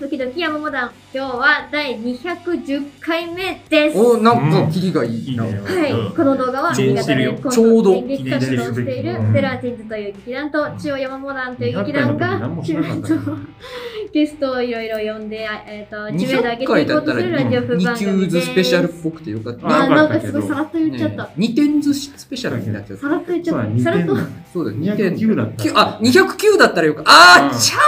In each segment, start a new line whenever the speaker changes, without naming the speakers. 時々山モダン。今日は第210回目です。
お
は
ーなんか、キリがいいな。
いいね
い。この動画は、
記
新
念し
潟
てるよ
でコン
ちょう
ト
ど
演劇活動をしてい
記念してる
る、
べき
ゼラチンズという劇団と、中央山モダンという劇団
200回の時何
が、
もしなかったから
ゲストをいろいろ呼んで、あえっと、知名度上げ
200
てい
回
こ
だ
う
った
と
ら、
するラジオ風
2
番
級
組
図
です。
スペシャルっぽくてよかった。
あー、
よ
な
か
ん
った
か
け
す
ど
ごいさらっと言っちゃった。
2点図スペシャルになっちゃっ
さ
た。
らっと言っちゃ
そうだ
った。さらっと。
そうだよ、2
209
点。
だった。
あ、209だったらよかった。あ
う
ー、
ん
ちゃ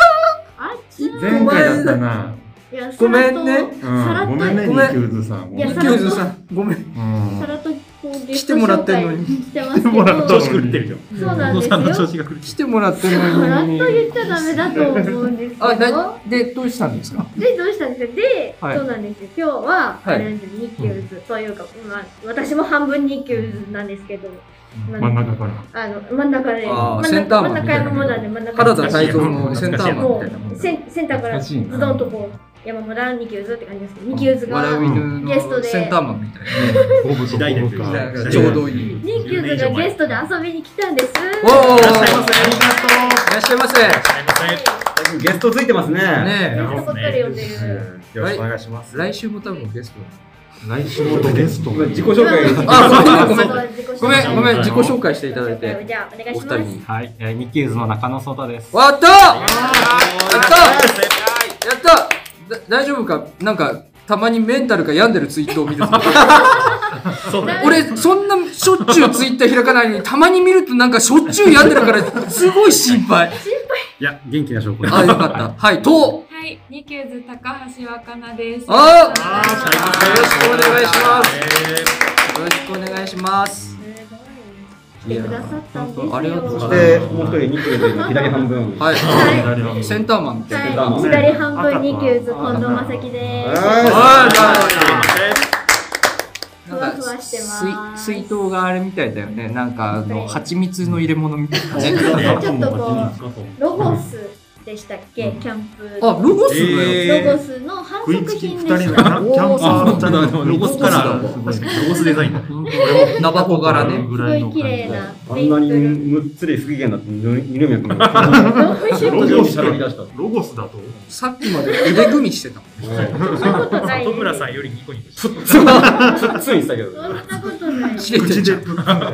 あっちゃ
前回だったな。
いや
ごめんね。
う
さらっ
ん、
と
ごめんね、
ごめん
2級図さん。ご
いや
めん
さ
う。
ら
ね
っと
209図さん、ごめん。
うん
さらっとこうゲ
来
ス
て
ト
もらっ
紹
てんの
介
に。
してますけ
もらった
ど、
調子狂ってるよ。
そうなんです
お父さんの
よ
調。子が狂って
来てもらってん
さらっ
の
と
に。
言っちゃダメだと思うんですけ
あ、
ど
な、で、どうしたんですか
で、どうしたんですかで、
はい
そうなんですよ。今日は、
はい
なんでニキューズというか、まあ、私も半分ニキューズなんですけど、
る。真ん中から。
あの、真ん中で、
あ
真
ー
ん
センタ
中、
ー
真
マ
ん中
ンみたいな
山モダンで真ん中
原田
で
泰造のセンターマンみたいなもんだ
センセンターからズ
懐かしいな
ドンとこう、山モダン、ニキューズって感じですけど、ニキューズが、
笑う犬
ゲスト
の
で
センターマンみたいな。
ほぼ時代劇
時代劇
だ
ちょうどいい
ニキューズがゲストで遊びに来たんです。
おー
いらっしゃいませ。ありがとう。
いらっしゃいませ。
ゲストついてますね。
ね
ゲストばっかり呼んでる。
よろしくお願いします。
え、来週も多分ゲストだ
来週もゲストが。
自己紹介が。
あごめん
そう自己紹介
ごめん、ごめん、
はい
自己紹介していただい
自己紹介を
て、
じゃあ、お願い
お
し
二
ま
人
す。
に。
はい、えーニッキーズの中野颯太です。
わったやった
あ
やっただ大丈夫かなんか、たまにメンタルが病んでるツイートを見ると
そうだよ。
俺、そんなしょっちゅうツイッター開かないのに、たまに見るとなんかしょっちゅう病んでるから、すごい心配。
いや、元気な証拠
あ、よかった。はい、と
はい、ニキューズ高橋若菜です。
あー
あー最高
よろしくお願いします。
えー
よろしくお願いします。
すごい。来てくださったんです
いや
よ。
ありがとうご
そ
ざ
し
い
は
ま
て、もう一人、ニッキーズの左半分。
はい
は。い
センターマンみたいな。
い、左半分ニキューズ近藤正樹です。
はい
は
ふわふわしてます
水水筒があれみたいだよね。なんかあ
は
の
い
蜂蜜の入れ物みたいなね。
ちょっとこうロゴスでしたっけ、キャンプ。
あ、ロゴスだよ。
え
ロゴスの反
食い
則
つき二
品で
人の
し
キ
た。
ャンキャンパーみたいなロゴスから
ロゴ
確
ス
かにロゴスデザインだ。
ナバコ柄ね。
すごい綺麗な
あ
メ
ん
イ
な
プ
に
ル。
むっつり不機嫌だって、二宮君が。
ロゴス
喋り出した。
ロゴスだと。
さっきまで腕組みしてたもん。
そんなことない。そ
里
んな
村さんよりニコニコしてる。
ついにしたけど。
ことない。
切れてんじゃん。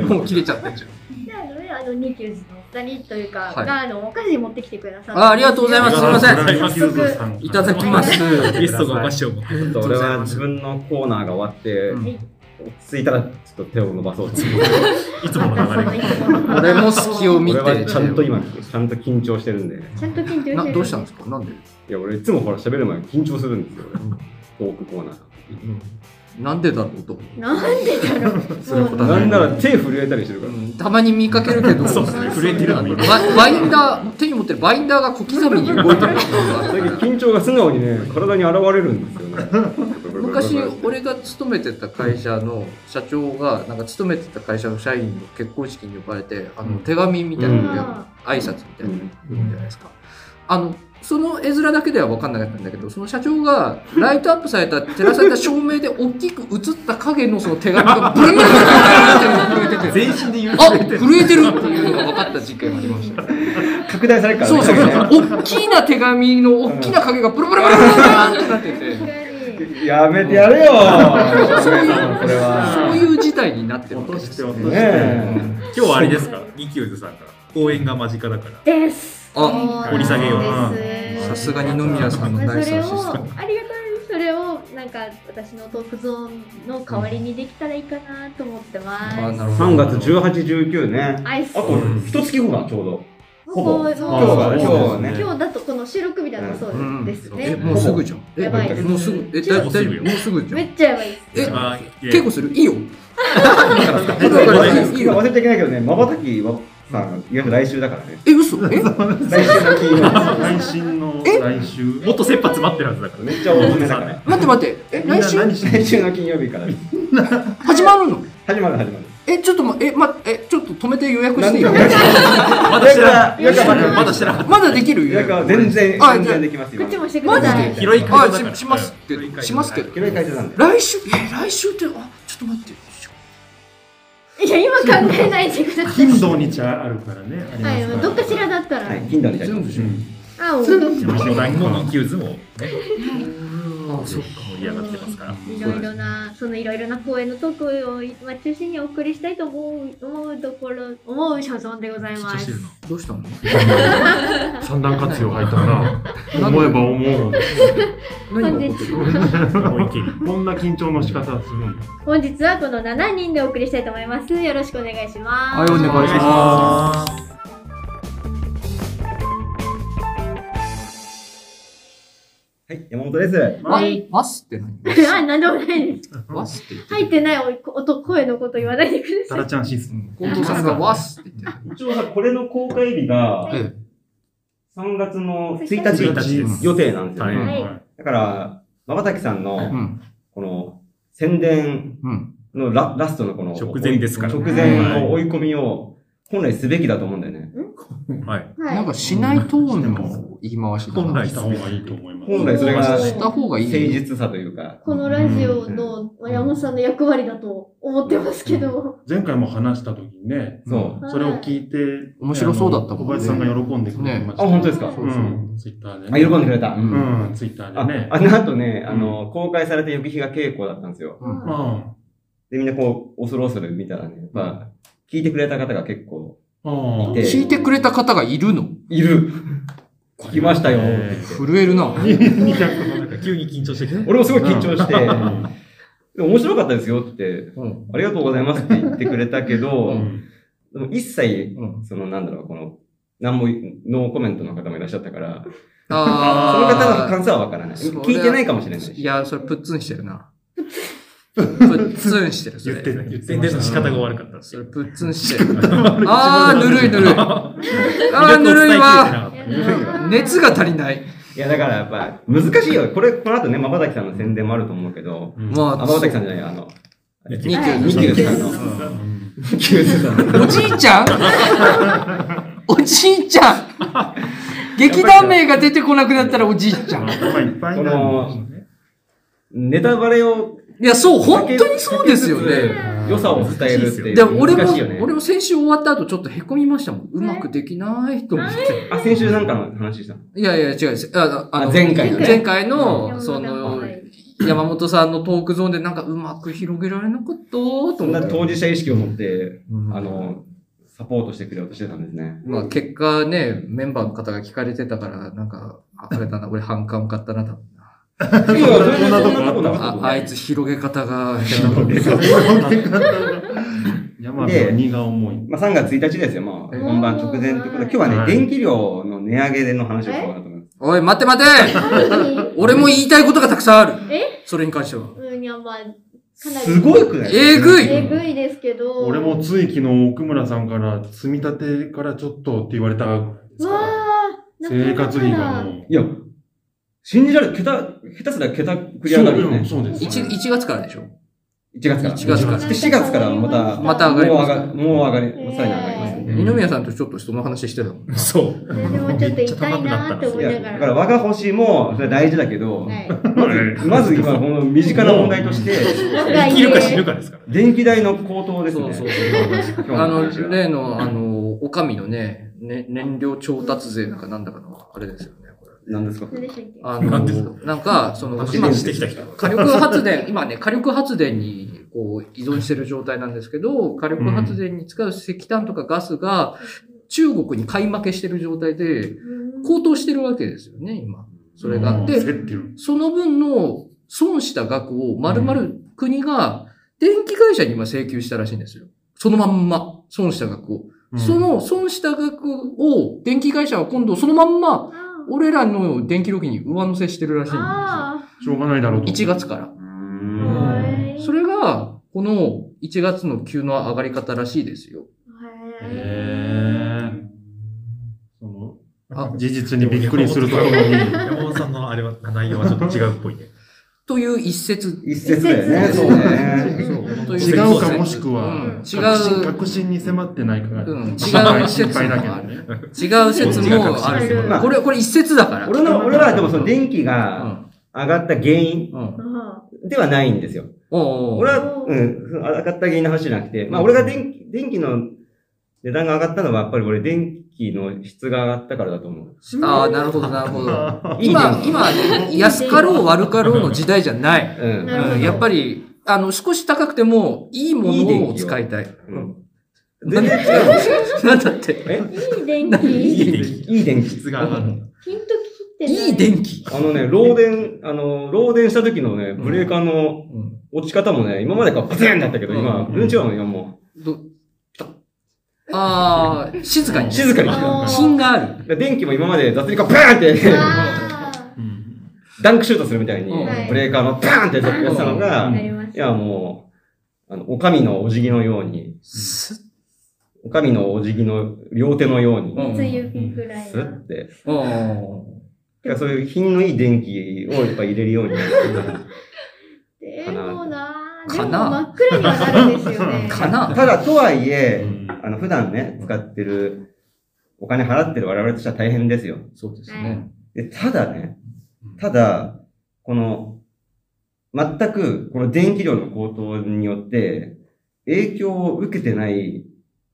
もう切れちゃってんじゃん。
で、あのね、あのニキューズのお二人というか、があのお菓子持ってきてくださった。
あ、ありがとうございます。すみません。
ん
いただきます。
ゲストがお菓子を持って。
俺は自分のコーナーが終わって、
うん
落ち着いたらちょっと手を伸ばそうと思
いつもの流れ。
俺も隙を見
俺
て。
はちゃんと今、ちゃんと緊張してるんで。
ちゃんと緊張してる、
などうしたんですか。なんで。
いや、俺いつもほら喋る前に緊張するんですよ、俺。トークコーナー。
なんでだろうと思う。
なんでだろう。
それ答え
なんなら手震えたりしてるか
う
ら。
んたまに見かけるけど。
そうですね。震えてるのもいい。
ババインダー手に持ってるバインダーが小刻みに動いてるところがあ
最
る
近緊張が素直にね、体に現れるんですよね。
昔俺が勤めてた会社の社長がなんか勤めてた会社の社員の結婚式に呼ばれてあの手紙みたいなの
うん
や挨拶みたいなの
うん
読むじゃないですか。あのその絵面だけでは分かんなかったんだけどその社長がライトアップされた照らされた照明で大きく映った影のその手紙がブルブルブルブルブルって震えてて
全身で言う。
あ震えてるっていうのが分かった実験がありました。
拡大されるから
そう
ね。
そうそう。大きな手紙の大きな影がブルブルブルブルブルってなってて。
やめてやれよ
そういう
これ
そう
は。
いう事態になってるわ
落
けで
として
す
落と
ね。
して。今日はあれですか。ニキューズさんから公演が間近だから。
です。
あ
掘り下げような
です
さすが二宮さんのナイス
それを
アシス
あり
タント。
がたいそれをなんか私のトークゾーンの代わりにできたらいいかなと思ってます。
あなるほ
3
ど。
月18、19ね。
アイス
あと、一月後がちょうど。ほぼ
そう
今日
そう
がね、今日ね。
今日だとこの収録日だとそうです
え
ね。
もうすぐじゃん。え
やばいです
もうすぐえだ
もう
だ
す
い
ぐ
ぶ
よ
もうすぐじゃ
め
ん。
っちゃやばいです。
え稽
結
古するいいよ。だから
こ
い
れ
いよ
忘。れちゃいけないけどね、まばたきはさん、意外と来週だからね。
え嘘え
来週の金曜日。
来週の来週もっと切羽詰まってるはずだからね。
めっちゃ大詰めだから。
待って待ってえ来週
何して
来週の金曜日からです。
始まるの
始まる始まる。
えちょっとまえまえちょっと止めて予約していい
な
よ
んと。か
まだしてな
予約はまだ
い。まだしてなかっ
まだできる
予約は
よ。
全然、
あ
全然できますよ。
こっちもしてく
マ
だ
ジ
さ
で
い。
広い会社だから
あししますってしますけど。
広い会社なんで。
来週え来週ってあちょっと待って。
いや今考えないでくだ
た。
さい。
金土日あるからね。あります
は
か
い、
ら
どっかしらだったら。
はい、銀座にいた
全
り
部
う
じゃん。
ん
青
白団も人気渦もね、
あそっか
盛り上がってますから。
いろいろなそのいろいろな公演のトークを、まあ、中心にお送りしたいと思う思うところ思う所存でございま
緊張して
す
る。な
どうしたの
三段活用入ったな思えば思う
何が起こってるの
思いっきり
こんな緊張の仕方するんだ
本日はこの7人でお送りしたいと思います。よろしくお願いします。
はいお願いします
ます。
はい、山本です。
は
わ
い
わすって何
あ、なんでもないです。
わすって言って
入ってないお音、声のこと言わないでくださ
タ
い。
ラちゃんシステ
う
ム
ん近藤さんがわすって言って
一応さ、これの公開日が
え
3月の
1
1日予定なんですよ
は
ね。
い。
はい
はい
だから、まばたきさん
えう
の、
ん
この、宣伝
うん
のララストのこの、
直前ですから
直前
はい
の追い込みを、本来すべきだと思うんだよね。
はい。
なん
は
かしないトーンの言い回しだな
本来した方がいいと思います。
本来それが
し
した方がいい
誠
よ
実さというか
い。、このラジオの山本さんの役割だと思ってますけど。
前回も話した時にね
そう。
はい
それを聞いて
面白そうだったもんね
小林さんが喜んでくれてました
あ、本当ですか
そううそうん
ツイッターで
あ、
ね
喜んでくれた。う
うんんツイッター
あ
でね
あの後ね、あの、公開された翌日が稽古だったんですよ。
うん
う
は
ん
で、みんなこう、恐る恐る見たらね、まあ、聞いてくれた方が結構
うん
いて、
聞いてくれた方がいるの
いる。聞きましたよ。
え
震え るな
なんか急に緊張してきて。
俺もすごい緊張して、
うん
でも面白かったですよって、
うん
ありがとうございますって言ってくれたけど、
うん
でも一切、
うん
そのなんだろう、この、何も、ノーコメントの方もいらっしゃったから、その
あー
方の感想はわからない。
それは
聞いてないかもしれないし。
いや、それプッツンしてるな。プッツンしてる、そ
言
れ。
って言って
宣
ま
伝
した
の仕方が悪かった
そ
し
れ。プッツンしてる。あー、ぬるい ぬるい。あー、ぬるいわ。熱が足りない。
いや、だからやっぱ、難しいよ。これ、この後ね、まばたきさんの宣伝もあると思うけど、
ま
あ、
あ、
まばたきさんじゃない、あの、
ニキュー
ニキューズさんの、ニキューズさんの。
おじいちゃんおじいちゃん劇団名が出てこなくなったらおじいちゃん。い
頭いっぱいになるんですよね
ネタバレを、
や、そう、本当にそうですよね。
良さを伝えるっていう。
でも俺も、
難しいよね
俺も先週終わった後ちょっと凹みましたもん。うまくできないと思って。
あ、先週なんかの話したの
いやいや、違うです。ああの
あ前回のね
前回
う
の、
ん
その
山本さんはい、
山本さんのトークゾーンでなんかうまく広げられなかったと思っ
そんな
て。
当事者意識を持って、
うん
あ、の、サポートしてくれようとしてたんで すね。
まあ結果ね、メンバーの方が聞かれてた から、なんか、ああれだな、俺反感買ったな、多分な。
いや、そんなそんなことなか
あ
っ、
あ
た
いつ広げ方が、
山部は荷が重い
まあ、3月1日ですよ、まあ、
え
本番直前ってことで、今日はね、
はい
電気料の値上げでの話をしようかなと思います。
おい、待て待て
何
俺も言いたいことがたくさんある
え
それに関しては。
うん、いや、まあ、かなり。
すごいくない
えぐい
えぐいですけど。
俺もつい昨日奥村さんから積み立てからちょっとって言われたぐらいです
わ
から
あ、
生活費が
な
もう
いや、信じられる、桁、下手すら桁繰り上がるよね。
そううんそうです
1、一月からでしょ
1月から。
1月から
で4月からはまた、
また上
も
がりま
う上
す
が、もう上がり、
えー
さらに上がりますね。
二宮さんとちょっとその話してたもん。
そう。
かなり。でもちょっと痛いなって思
い
いな
や、だ
が
から
ら。
我が星も、それは大事だけど、
はい。
まず、まず今、この身近な問題として、
が
生きるか死ぬかですから。
電気代の高騰です
そうそう
ね。
そう。
今日
あ
の
の
話、は
例の、あの、お上のね、ね、燃料調達税なんかなんだかの、あれですよね、これ。
何ですか
何でしたっけ
あ
なんですか
の、なんか、その、今
今、してきた人。
火力発電、今ね、火力発電にこう依存してる状態なんですけど、火力発電に使う石炭とかガスが中国に買い負けしてる状態で、
うん
高騰してるわけですよね、今。それが。
うん
で、
焦ってる
その分の損した額を丸々国が電気会社に今請求したらしいんですよ。そのまんま、損した額を。その損した額を電気会社は今度そのまん
あ
ま、俺らの電気料金に上乗せしてるらしい
ー
んですよ。
あ
しょうがないだろうと
1月から。
うー
ー。
ん
はい
それが、この1月の急の上がり方らしいですよ。
へ
はい
ーそ
あ
の事実にびっくりするとともに
山本さんのあれは、内容はちょっと違うっぽいね。
という一節。
一説だよね、
一説
そうね。
とい
違
一節
うかもしくは、
う
確
ん違
信
う、
確信に迫ってないかが、
うん違う
心配心
説も
配だけど
あ
ね
違う説もあ
違う説
る
も。
ある
これ、これ一節だから。
俺の、俺らはでもその電気
う
が
ん。
上がった原因
うん。
あ
ではないんですよ。
おうおう
俺は、うん、上がった原因の話じゃなくて、まあ俺が電気、電気の値段が上がったのは、やっぱり俺、電気の質が上がったからだと思う。
ああ、なるほど、なるほど。
いい
今
電、気
今、安かろう悪かろうの時代じゃない。
うん
なるほ
う
ど
んやっぱり、あの、少し高くても、いいものを使いたい。
うん
全然違う。なんだって。
え
いい電
何い
気
い電気
いい電気。
質が上がる。
ピンと切ってない
いい電気。
あのね、漏電、あの、漏電した時のね、ブレーカーの
うん
落ち方もね、今までからバツンだったけど、今、
うん
全然違うの、今も
どああ、静か
う。
に。
静かに。
あー
品がある。
電気も今まで雑にかバーンって、
あ
うん
ダンクシュートするみたいに、
うん
はい
ブレーカーのバーンってやってたの
あ、
が
な、りまし
いや、
た。
もう、あの、お上のお辞儀のように、
す
お上のお辞儀の両手のように、
うん
つゆびくらい
スッ
な。
て、
うん
だからそういう品のいい電気をやっぱ入れるようになる。
でもなで
か
も
な
真っ暗にはなるんですよね。
かな
ただ、とはいえ、
うん
あの、普段ね、使ってる、お金払ってる我々としては大変ですよ。
そうです
は
ね。
で、ただね、ただ、この、全く、この電気量の高騰によって、影響を受けてない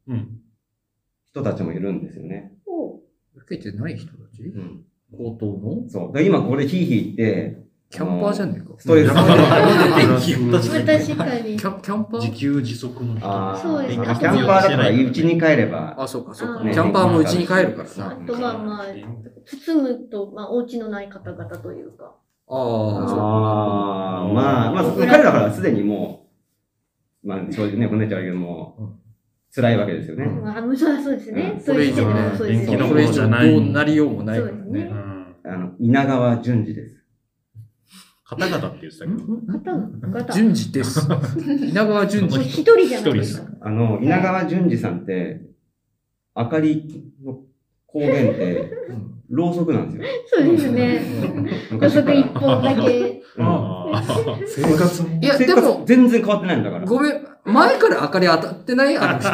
うん
人たちもいるんですよね。
お
受けてない人たち
うん。
高等の
そう。だから今ここでヒーヒー言って、
キャンパーじゃねえか。
ストレス、
確かに
キ。ャンキャンパ
自
ー
給自足の人
あー
そうですね
キャンパーだから家に帰れば、
あ、そうか、そうか。
ね
キャンパーもうちに帰るから
あ
な。
とまあまあ、包むと、まあ、お家のない方々というか。
ああ、
ああ、まあ、まあ、彼らからすでにもう、まあ、正直ね、こんな言っちゃうけども、辛いわけですよね。
まあ、そうそうですね
う。ん
そういう意味でもそうです
これ以上ね電気の
よ
そ
ね。
れ以上どうなりようもないから
そうです
ね
ね。
あの、稲川淳二です。
方々って言ってたけど。
方々。
順次です。稲川順
もう
次。
一人じゃないですか。
あの、稲川淳二さんって、明かりの光源って、
うん
ろうそくなんです
そ
よ。
うですね。 高
昔か
速
ら。
一本だけ。
うん
あ あ。
生活も
いや、
生
で
活
も、
全然変わってないんだから。
ごめん、前から明かり当たってないあの人。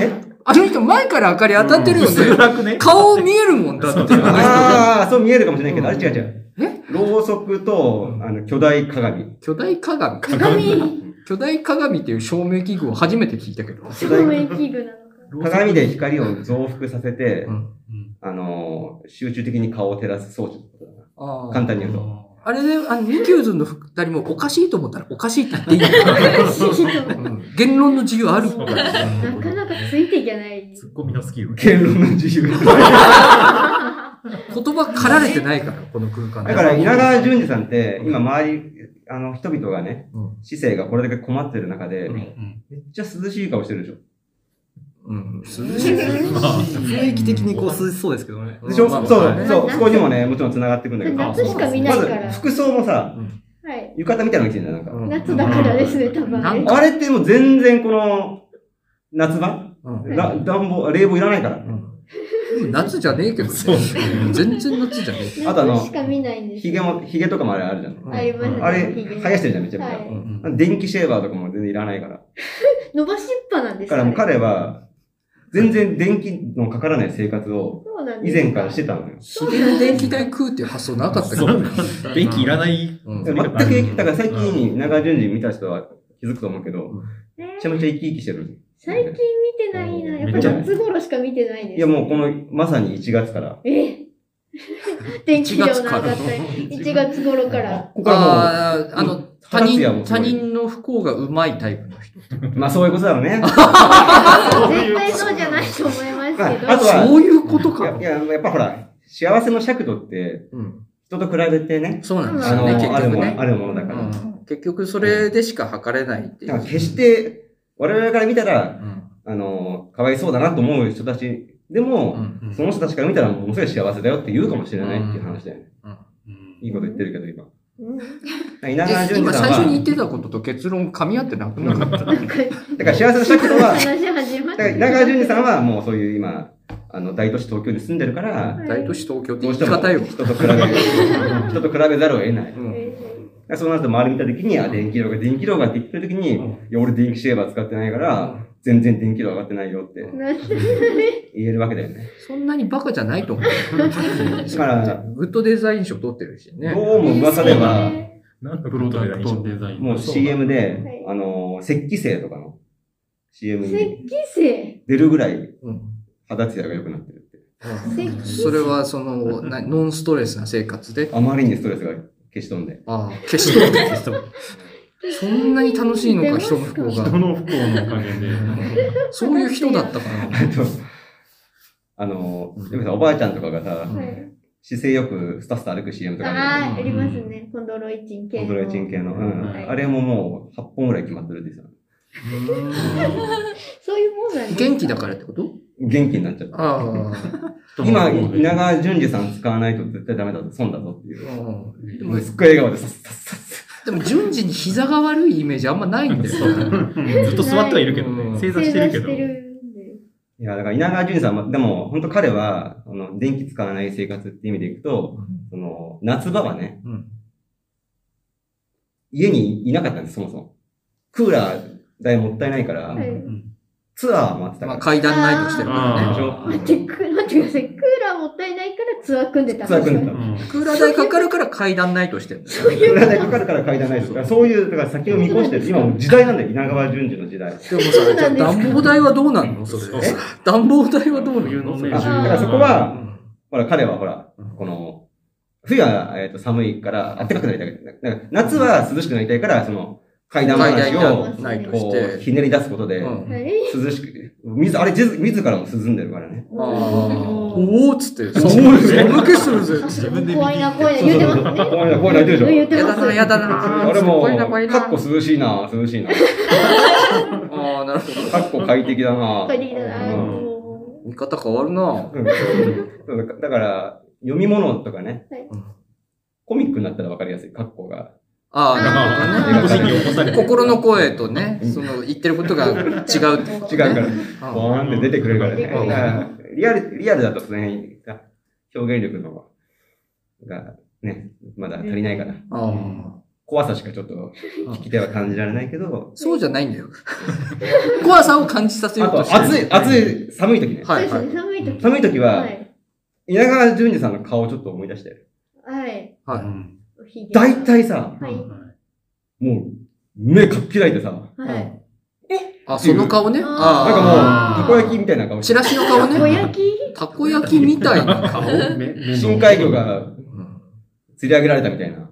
え
あの人、前から明かり当たってるよね。
暗くね。
顔見えるもんだって。あの
ああ、そう見えるかもしれないけど、あれ違う違う。
え
ろうそくと、あの、巨大鏡。
人巨大鏡。
鏡、
巨大鏡っていう照明器具を初めて聞いたけど。
照明器具なのか。
鏡で光を増幅させて
う、ん
あのー、集中的に顔を照らす装置ってことだな。
あ
簡
ー
単に言うと。
あれで、あの、ミキューズの二人もおかしいと思ったらおかしいって言っていいの。うん言論の自由あるから。
なかなかついていけない。
ツッコミのスキルね。
言論の自由。
言葉駆られてないから、この空間
だから、稲川淳二さんって、今周り、あの、人々がね
う、
市政がこれだけ困ってる中で、
うん
めっちゃ涼しい顔してるでしょ。
うん。
涼
涼
し
し
い
い。
雰囲気的にこう涼しそうですけどね。
でしょ
まあ
そう、
まあ
そう、
まあ
そこにもね、もちろん繋がってくるんだけど。
夏しか見ないから
まず、服装もさ、
はい。
浴衣みたいなの着てんだよ、なんか。
うん
夏だからですね、多分。
なん
あれってもう全然この、夏場
うん
ん
ら暖房、冷房いらないから。
うん夏じゃねえけどね。全然夏じゃねえ。
あとあの
夏しか見ないんです。
ヒゲも、ヒゲとかもあれあるじゃん。
ありますね。
あれ、
ひげ
生やしてるじゃん、めちゃめちゃ。
はい
うん
電気シェーバーとかも全然いらないから。
伸ばしっぱなんで
だ
す
からもう
あれ
彼は、全然電気のかからない生活を
そうなんで
以
す
前からしてたのよ。
ヒゲの電気代食うっていう発想なかったけど。
電気いらない。
うん
全
ん
く、だから最近、長順次見た人は気づくと思うけど、
ね
めちゃめちゃ生き生きしてる。
最近見てないな。やっぱ
めっちゃ
夏頃しか見てないです。
いやもうこの、まさに1月から。
え 天気量の上がった1月頃から。
ここから
あーあの、他
二十歳は
人、
もうすご
他
い
人の不幸がうまいタイプの人。
もう、まあそういうことだろ うね。
絶対 そうじゃないと思います
まあ
け
あと
ど。
は
そういうことか
い。や、いややっぱほら、幸せの尺度って、
うん
人と比べてね、
そうなんです
あ
よ
の、
ね、
あ
結
る
局
も
ね
の、あ。るものだか
う
ら。
ん結局それでしか測れないってい
だから
う。
決して、我々から見たら、
うん
あの、かわいそうだなと思う人たちでも、
うん
その人たちから見たらものすごい幸せだよって言うかもしれないっていう話だよね。いいこと言ってるけど、今。
うん
稲川
で
淳
今
二さん
最初に言
は、
ってたことと結論噛み合ってなくなかった。
なんか、
だから幸せの尺度は、だ
話始まっ
から
て。
稲川淳二さんはもうそういう今、あの、大都市東京に住んでるから、
はい
大都市東京って
どう
言
し
い
ても
方よ。
人と比べ る。人と比べざるを得ない。だか
うん
らそうなると周り見たときに、あ、電気量が、電気量がって言ってるときに、
うん
いや、俺電気シェーバー使ってないから、全然電気量上がってないよって
なんか
言えるわけだよね。
そんなにバカじゃないと思う。
だから、
グッドデザイン賞取ってるしね。
どうも噂では、
なん
プロダクトデザイン。
もう CM で
はい、
あの、石器製とかの CM に
雪生
出るぐらい
うん
肌ツヤが良くなってるって。
うん
それはそ のなノンストレスな生活で
あまりにストレスが消し飛んで。
ああ消し飛ぶ消し飛ぶそんなに楽しいのか人の不幸
人
が
の不幸のおかげで。
そういう人だったかな
えっと、あの、よくさ、おばあちゃんとかがさ、
はい
姿勢よくスタスタ歩く CM とかある
ああ、ありますね。コンドロイチン
じ
系
ゃん
の。
コンドロイチン系の。うん。
はい
あれももう8本ぐらい決まってるんですよ。
そういうもんなんです
元気だからってこと
元気になっちゃった。
ああ、
今、稲川淳二さん使わないと絶対ダメだぞ、損だぞってい
うん
う。
で
も
も
うすっごい笑顔でさっさっさっさ。
でも順次に膝が悪いイメージあんまないんだ よ
ずっと座ってはいるけど
うん
ね。正座
正
して
座
る
して
け
る
ど。
んで。
いや、だから稲川淳二さんは、でも、本当彼は、あの、電気使わない生活って意味でいくと、その、夏場はね、
うん
家にいなかったんです、そもそも。クーラー代もったいないから、
はい
ツアーもあってた
まあ
か
階段ないとしてるから
ら。
ね
でしょ
待って、く待ってください。クーラーもったいないからツアー組んでた。
ツアー組んでた。
うん
クーラー代かかるから階段ないとしてるんだよね
クーラー代かかるから階段ないです。だからそういう、だから先を見越してる、今もう時代なんだよ、稲川淳二の時代。
でも
そう
さ、じゃ
な
あ
んですか
暖房代はどうなんのそ
そう
れ。暖房代はどうな
冬の
の
ね、
あだ
重
か
要
ら
な
そこは、
う
ほら、彼はほら、この、冬は、えっと寒いから、暖かくなりたい。なんか夏は涼しくなりたいから、その、階段
ん階
話を
段、ないとし
こう、
て。
ひねり出すことで
う、ん
はい。
涼しく、水、あれ、自自らも涼んでるからね。
あーおおっつって、寒気するぜっつって。
怖いな、怖いな。言うてますね。
怖いな、怖いな、言ってるでしょ。
言うて
や
ま
だ
す
な、
ね。
やだな。
あれも
怖いな、怖い、な。
かっこ涼しいな、涼しいな。
ああ、なるほど。
かっこ快適だな。
快適だな。あ
うん
の
見方変わるな。
うんだから、読み物とかね
はい、
コミックになったらわかりやすい、格好が。
あ
あ
あ、
ー
なるほど
腰
ね。
に起こされて。
心の声とね、その言ってることが違うってことね。
違うから、
あー
ボーンって出てくるからね。
うん
だからリアル、リアルだとその辺、表現力の方が、ね、まだ足りないから、
あー
怖さしかちょっと聞き手は感じられないけど、
そうじゃないんだよ。怖さを感じさせよ
あ
うと
と
してる
暑い、暑。い、寒い時ね。
そう
は
で
いは
す
い
ね。寒い時。
寒い時は
は、い。
稲川淳二さんの顔をちょっと思い出して。
はい。
はい。
おひげ
大体さ、
はい。
もう、目かっきらいてさ、
はい。
あ、その顔ね。
あー
なん
あ
かもう、たこ焼きみたいな顔
あ。
し
チ
て、
ラシの顔
たこ
ね。
焼き
たこ焼きみたいな顔。
深海魚が釣り上げられたみたいな。
うん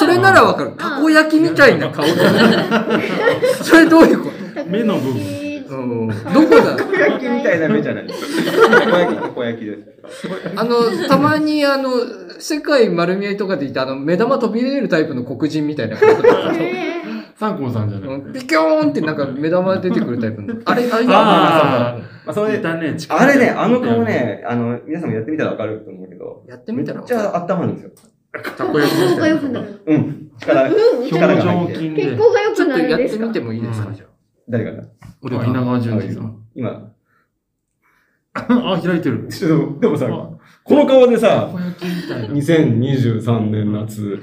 それならわかる。たこ焼きみたいな顔。それどういうこ
目の部分
とうん。どこだ
たこ焼きみたいな目じゃないです。たこ焼き、たこ焼きです。
あの、たまにあの、世界丸見えとかでいたあの、目玉飛び出るタイプの黒人みたいな顔とか。
え
サンコンさんじゃ
う
なく
ん
て。
ピキョーンってなんか目玉出てくるタイプの。あれ、あれ
あ
まあ、
あ
それ
いたね、近く
あ
で
れね、あの顔。ね、あの、皆さんもやってみたらわかると思うけど、
やって
め
み
った
らわ
ち
かる。
ゃ温まるんですよ。
たこ焼きみ
血行が
たいな
良くなる。
うん。力、
うん。
表
力が
情
入って。
筋
血
で。
行が良
ち
く
ょっ
な
と
る
や
ん
っ
で
て
す
み
か
てもいいですか、
うん
じゃあ。
誰かな
俺は稲川淳二さん。
今、
あ、開いてる。
ちょっと、でもさ、
あ
この顔でさ
た、こ焼きみたいな。
2023 年夏、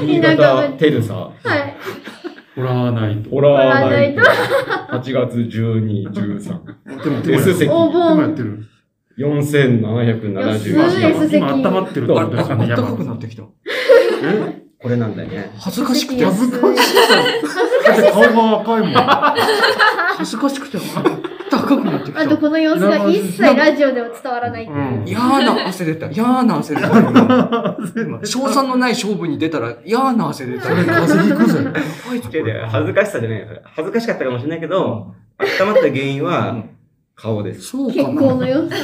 新
田舎
潟テルサ、
はい。
ホラーナイト。
ホラーナイト、8月12、13、
でも、
S 席、
お
でもやっ
盆。
てる。
安い
4770円。
今、温まってるってことですかね、山本さん。
てきた。
え
これなんだよね。
恥ずかしくて、
恥ずかし
だって顔が赤いもん。
恥ずかしくて、高くなってき
あと
た。
この様子が一切ラジオでは伝わらない。
うん。
嫌な汗出た。嫌な汗出た。 賞賛のない勝負に出たら嫌な汗出た。や
風邪ひくぜ。
ばいぞこれ
恥ずかしさじゃないよそれ恥ずかしかったかもしれないけど、温まった原因
う
は
ん、
顔です。
そう
血
か
行
な。
の様子。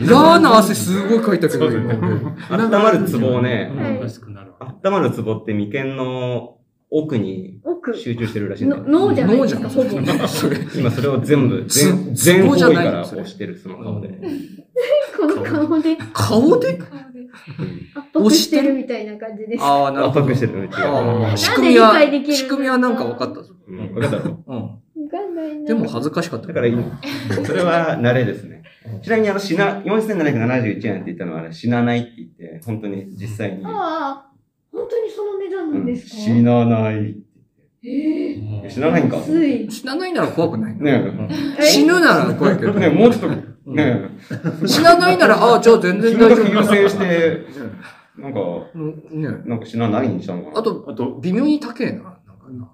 嫌な汗すごいかいたけ
そう
ど、
だよ
今
温まるツボをね、
は
う
い
んおかしくなるわ
温まるツボって眉間の奥に
奥。
集中してるらしいんだよ。
脳じゃない
脳
で
じ
す
ゃん
か、ほぼ。
それ。
今それを全部、全
ツ
全
ツボ
方
じゃ
位
ない
から
それ
押してる、その顔で。
この顔で
顔で
圧迫してるみたいな感じです。
ああ、なるほ
圧
ど
迫。してるの違う。
ああ仕組みは、仕組みはなんか分かったぞ。
うん、わかったろ
うん。
わかんないな。
でも恥ずかしかった。
だから今、それは慣れですね。ちなみにあの死な、4771円って言ったのはあれ死なないって言って、本当に実際に。
ああ、本当にその値段なん
うん
ですか
死なない。
ええ
死なないんか。ね
安い。
死なないなら怖くないの
え。
死ぬなら怖いけど。
ねもうちょっと、ね
死なないなら、ああ、じゃあ全
え、
然
死
大
ぬだ
丈
け優
夫。
先して、なんか、
うんね
なんか死なないにしたのかな。
あと、
あと、
微妙に高えな。なんか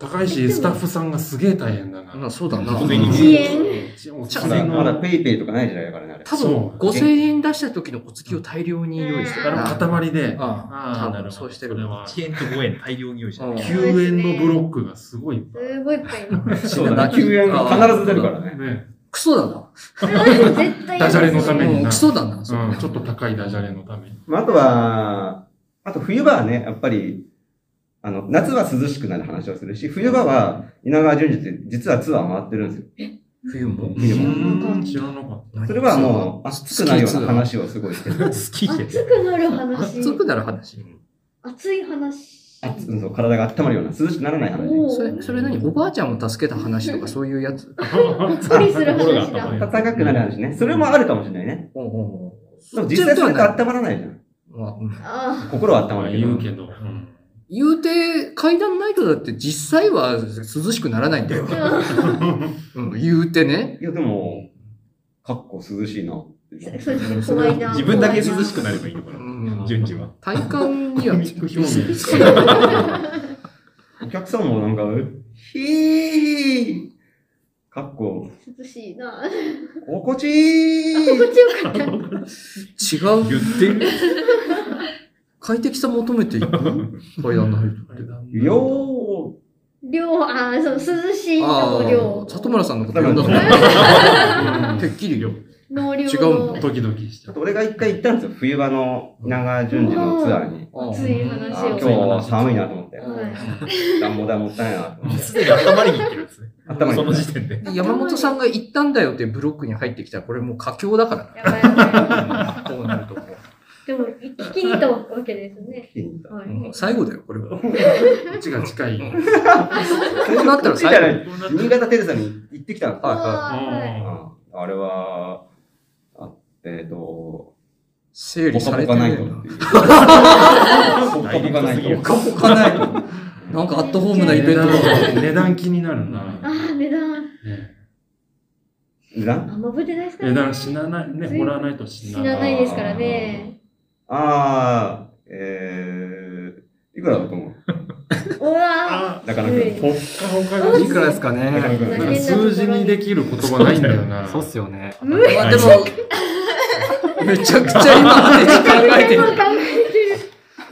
高いし、スタッフさんがすげえ大変だな。
まあ、そうだな。
特に
1円
お
まだ、
金
まだ
の、
ペイペイとかない時代だからね、あれ。
多分
そう
5000円出した時のお月を大量に用意して
あの塊で、
ああ、多分そうしてる
それは1円と5円大量に用意して
うん
る。
9円のブロックがすごいいっぱい。
すごいいっぱいいる。
そうだな、9円が必ず出るからね。
ね、
クソだな。
絶対
ダジャレのために
うん
な。
クソだな。それ
うん、ちょっと高いダジャレのために。
まあ、あとは、あと冬場はね、やっぱり、あの、夏は涼しくなる話をするし、冬場は稲川淳二って実はツアー回ってるんですよ。
冬も。
冬も。
うん、 知らなかっ
それはもう暑くなるような話をすごいしてる。
好きで。
熱くなる話。
熱くなる話。
熱い話。
暑そう体が温まるような、涼しくならない話。
お
それ、
ー
それ何おばあちゃんを助けた話とかそういうやつ。
ほっこりする話
心が温ま
だ
る。
暖かくなる話ね。それもあるかもしれないね。
うんうんうん
でも実際それって温まらないじゃん。
まあうん
あ
心は
た。
温
ま
ま
あ
るけど。
言うけど。うん
言うて、階段ないとだって実際は涼しくならないんだよ。
あ。
うん、言うてね。
いや、でも、かっこ涼しいな。
そうですね怖いな。
自分だけ涼しくなればいいのか
う
な。
ん
順次は。
体感には
コミック表現
しない
お客さんもなんか、ひーかっこ、
涼しいな。
心地いい
心地よかった。
違う。
言ってる
快適さ求めていく階段ないと。
よー
量、ああ、そう、涼しい
あ
の
あ
量。、
里村さんのこと呼んだと思う。 てっきりよ。
能量
違うん
の
ドキドキしち
ち
ゃ
ょ
う
っと。俺が一回行ったんですよ。冬場の稲川淳二のツアーに。
熱い話
あ
を。
ー今日寒いなと思って。
は
暖房代もったいないなと思っ
もう
て。
すでに温まりに行ってるんですね。
頭に
その時点で。
山本さんが行ったんだよってブロックに入ってきたら、これもう佳境だか
い。やばいやばい。
らな。こうなると思
でも、聞きに行ったわけですね。は
う。
い。
もう最後だよ、これ は。こ
うちが近い。
うなったら最後。
新潟テレサに行ってきたんですよ。
はい
は
うんあれは、あえっ、と、
整理
ポ
さ
カ
れ
ポ
て
カ
る
ナイトっていう。ポカポカナイト。
ポカポカないなんかアットホームなイベントとか。
値段気になる
い。
な。
ああ、値段。
ね
値段
あんま覚えてないですか
値
ら
段死なない、ね、掘らないと死
死
な
な
な。
ないいですからね。
あー、えー、いくらだと思う
うわ
あ、
中野
う
君
ん。
ほっかほか
マジ
いくらですか
中野
ね。
変
な
なとこ
ん
ろ
か
に
数字にできる言葉ないんだよな。
そうっすよね。
ー。うえ
まあでも、めちゃくちゃ 今、めっちゃ考えてる。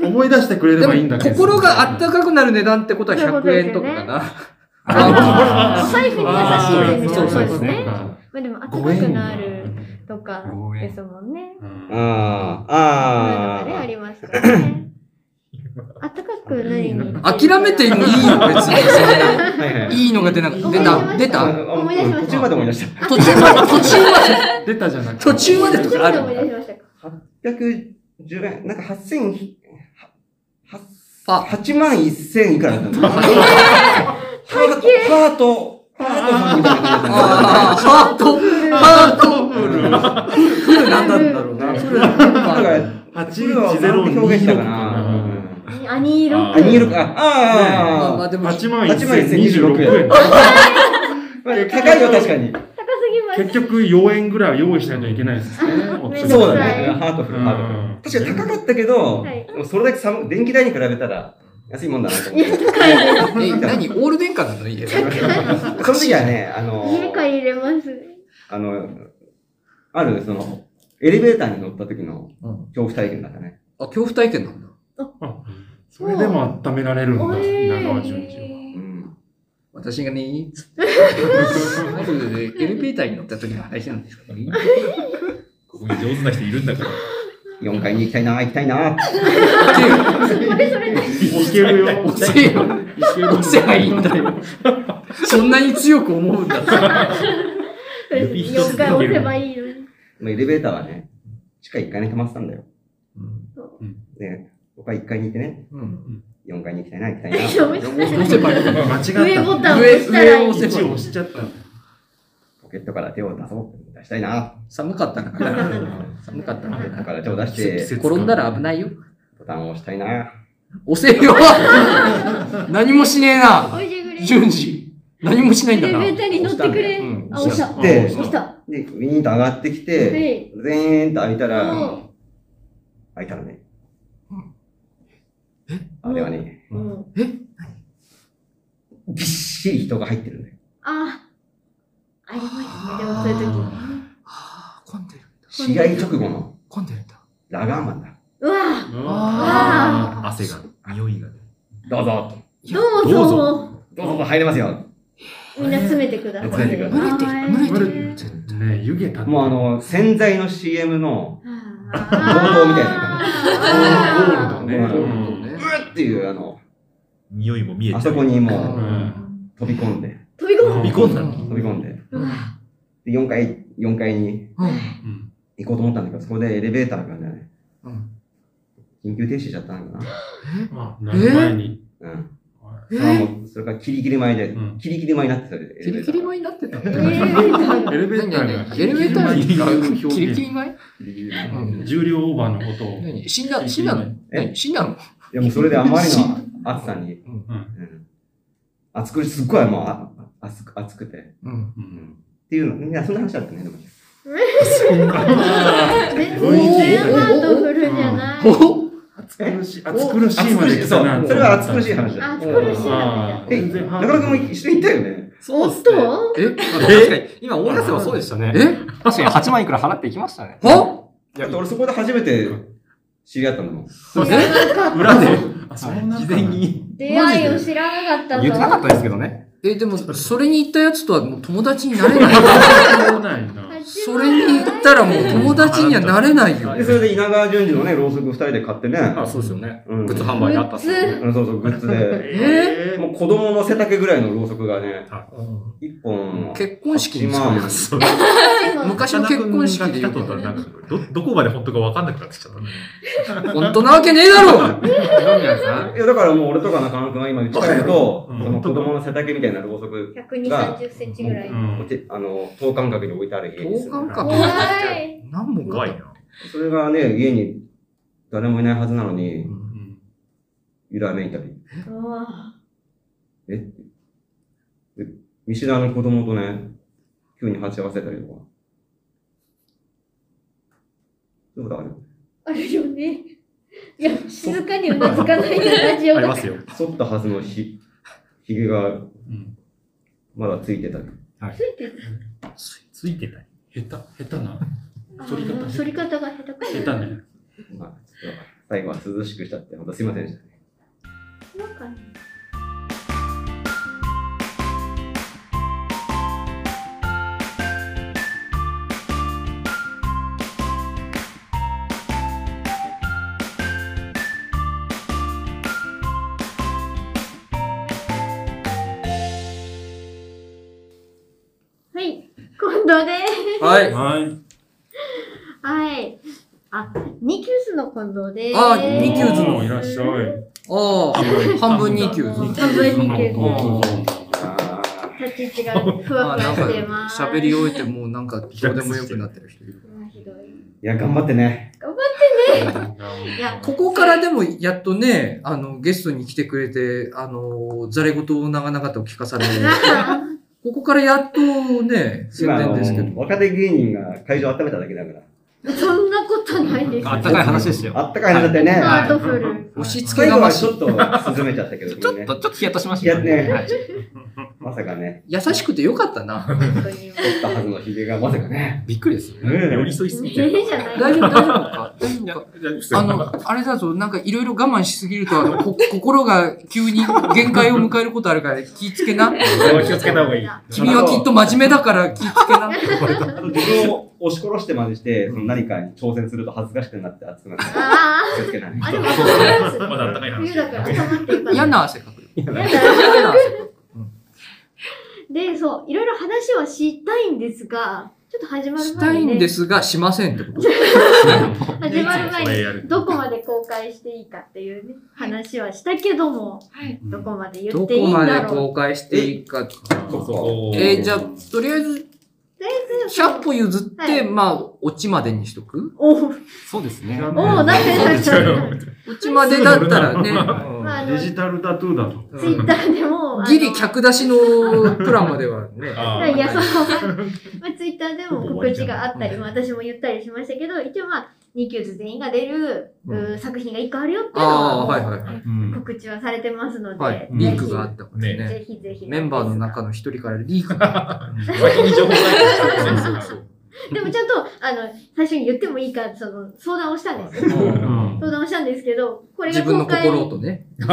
思い出してくれればいいんだけ
で
ど。
も心があったかくなる値段ってことは100円とかかな。
お財布に優しいです
そう
よ
そ
そ
う
う
そ
で
う
すね。
か。
まあでも、暖
ご
かく
縁
な
が
るとか
ご縁
ですもんね。
うん
あー、
そういうのがね、あ
あー。
りましたね。暖かくないのに
諦め てもいいよ、別に。
はいはい。
いいのが出なくて。出た出
あ
た
の
思い出しました
途中まで思い出した。
途中まで、途中まで。
出たじゃなくて。
途中までとかあ
思い出
る。
しましたか
810円、なんか8000ひ、は
あ、
8万1000いくらだった んだ。
あー
ハート、ハート、ハートさんみたいな感じだったんだ。
ハート、ハートフル。フルなんだろうな。フルなんだろうな。
八
それは
一ゼ
な
ロ
んて表現
二
したか
六
な。
アニーロ
あ、
ッ
2
ク。
六か。あ
ま
あ
あ
あ
ま
あ、
あでも、
八万一千二十六円。
まあ高いよ、確か
高
に。
すぎます。
結局4円ぐらいは用意しないといけないですね。お
めん
釣
ど
り
くさ
そうだ
い
ね。 ハートフル、ハートフル。確かに高かったけど、
はい
でもそれだけ寒い電気代に比べたら安いもんだなと思って。
え、何オール電化なの家。
その時はね、あの、
家帰れます。
あの、ある、その、エレベーターに乗った時の
うん
恐怖体験だったね。
あ、恐怖体験なんだ。
それでも温められるんだ、
おい
稲川淳二
うん。
私がね、いいつって。 まずねエレベーターに乗った 時の話なんですけど、
ここに上手な人いるんだから。
4階に行きたいな、行きたいな。
は。いけるよ。
おせよ、
いける
おせばいいんだよ。そんなに強く思うんだったら。
4回押せばいいのに。
まあ、エレベーターはね、地下1階に止まってたんだよ。で、僕は1階にいてね、
うん
4階に行きたいな、行きたい
上
な。
押せばいいんだよ
間違った。
上ボタン押
上、
したら
上
い
を
い。
押せば
1
いい
押。しちゃった。
ポケットから手を出そう。出したいな。
寒かったから。寒かったか。
だからら手を出して、
転んだら危ないよ。
ボタンを押したいな。
押せよ何もしねえな
おいでくれ。
順次。何もしないんだ
エレ
な。
ベーターに乗ってくれ。
うん
あ、押した。
で
押した。
で、ウィーンと上がってき
は
て、
い。
全ーンと開いたら、
も
開いたらね
うん。
あれはね、
う、もう、
え
ぎっしり人が入ってるね。
ああ、ありますね。でもそういう時ね。
ああ、混んでるんだ。
試合直後の
混んでるんだ。
ラガーマンだ。
うわ
あ
あ
汗が、匂いがね。
どうぞ、
どうぞ
どう
どうぞどうぞ入れますよ。
みんな詰めてください。
詰めてく
蒸れてる、蒸れて
は
る。
い
絶対。
ね湯気立って
もうあの、洗剤の CM の、
あ
暴動みたいな
あ
ゴールドね
うん
ゴールドね
うわっていうあの、
匂いも見えて
あそこにも
う
うん飛び込んで、
飛び込む。
飛び込んだの。
飛び込んで、
うわ
で4階、四階に
うん。
うん
行こうと思ったんだけど、そこでエレベーターがね、
うん
緊急停止しちゃったんだな。
あなる前に
うん。
え
それは
ー
もうそれからキリキリ前で
うん、
キリキリ前になってたで、エ
キ
レベ
リキ
ーター
リ前になってた。
えー
エレベーターが
何エレベーターに
表現
キリキリ前
キリキリ前
うん
重量オーバーのことを
何死んだ死んだの
え
何死んだの
いやもうそれであまりの暑さに、
うん
うん暑く、すっごいもうあ暑く暑くて、っ
うん。
うん
ていうの、いや、そんな話だったね、でも。
全然ワードフルじゃない。
お
暑苦しい暑苦しいまで来
そ
た
う
な
それは暑苦しい話だ。
あ、これし
あ
な
ー
え、
全
中
然
田君も一緒に行ったよね。
そうっすね
と
え
確かに、今思い出せばそうでしたね。
え
確かに8万いくら払っていきましたね。
はい
や、俺そこで初めて知り合ったのもん。
知らなかった。
裏であそんな
事前に。
出会いを知らなかったぞ。
言ってなかったですけどね。
え、でも、それに行ったやつとはもう友達になれ ない。
ないな
それに行ったらもう友達にはなれないよ。
で、それで稲川淳二のね、ろうそく二人で買ってね。
あ、そうですよね。
うん。
靴販売にあったっすよね。
うんそうそう、グッズで。
え
もう子供の背丈ぐらいのろうそくがね、一本。
結婚式に使う
8万
やつ昔の結婚式で
来た
よ
と
く
たらなんか、ど、どこまで本当かわかんなくなってきちゃったね。
本当なわけねえだろ
二宮さん
いや、だからもう俺とか中野くんが今言ってたけど、
う
そ
ん
の子供の背丈みたいなろうそく、
120、30センチぐらい。
うん
てあの、等間隔に置いてある家に
等間隔
怖い。
何本
怖い
か。
な。
それがね、家に誰もいないはずなのに、揺らめいたり。
うわ
見知らぬ子供とね、急に鉢合わせたりとか。そういうことある
あるよね。いや、静かにうなずかないよ、ラジオ
あり
だ
ま
か
すよ。
剃ったはずのひ、ひげが
うん
まだついてたり。
ら。ついてる。
つついてない。
下手下手な
あ
反り方
ー反り方が下手か
下手ね
まあ、ちょっと最後は涼しくしちゃって、本当すいませんでした。
な。なんかねはい、今度で
はい。
はい
はい。あ、ニキュースの近藤です。
あニキューズ
のいらっしゃい
ああ、半分2級。
半分ニキュー
あ
ス。立ち位置がふわ
あ
ふわ
あ、なんか
してます。
喋り終えてもうなんかどうでもよくなってる人いる。
うわひどい。
いや、頑張ってね。
いや
ここからでもやっとね、あの、ゲストに来てくれて、あの、ざれ言を長々と聞かされ る。ここからやっとね、宣
今あ
伝
の
ですけど。
若手芸人が会場温めただけだから。
そんなことないです。
あったかい話でしたよ。
あったかい話だったよね。
ハートフル。
押し付け
最
が
後
ま
は
し
ち
い
ょ。っと涼めちゃったけど、
ちょ
ね
っと、ちょっとヒヤッとしまし
いや
たね。
ね
はい
まさかね、
優しくてよかったな。
本当に。
剃ったはずのひげがまさかね。
びっくりですよね。
寄
ね
り添いすぎてる。
いいじゃない
大丈夫、大丈夫か大丈夫かあ
あ
の、あれだぞ、なんかいろいろ我慢しすぎると、あの、こ心が急に限界を迎えることあるから気ぃつけな。
の、気をつけた方がいい。
君はきっと真面目だから気ぃつけな。
あと自分を押し殺してまでして、その何かに挑戦すると恥ずかしくなって熱くなって。
あ
気をつけない
あ、。あでもわかります
まだあったかい話。
冬だから温まってるから。
嫌な汗かくよ。
やだ
嫌な汗かく。
で、そう、いろいろ話はしたいんですが、ちょっと始まる
した
前
い
に、
ん
ね
で、すが、しませんってこと
始まる前に、
に
どこまで公開していいかっていうね、話はしたけども、
はい。
どこまで言
ど
ってい
こ
いん
まで
だろう。
公開していいか。
こ
えーじゃあ、とりあえず、100歩譲って、
はい
まあ、オチまでにしとく
おう
そうですね。
おう、なんでなんか、
オチまでだったらね、
う
うん
まああの
デジタルタトゥーだと。
ツイッターでも、
ギリ
ャ
客出しのプランまではね。
あ
いや、そ
ー
の、まあ、ツイッターでも告知があったり、まあ、私も言ったりしましたけど、一応まあ、2級図全員が出る、うー作品が1個あるよっていうの
ああ、
は、
はいはいはい。
うん
告知はされてますので、
はい。
うん
リークがあったからね。
ぜひぜひ。
メンバーの中の一人からリークがあっ
先に情報が入って
た。
る
そうそうそう。
でもちゃんと、あの、最初に言ってもいいか、その、相談をしたんですよ。
うん
相談をしたんですけど、これ
自
が
分の
公開、
心とね。
皆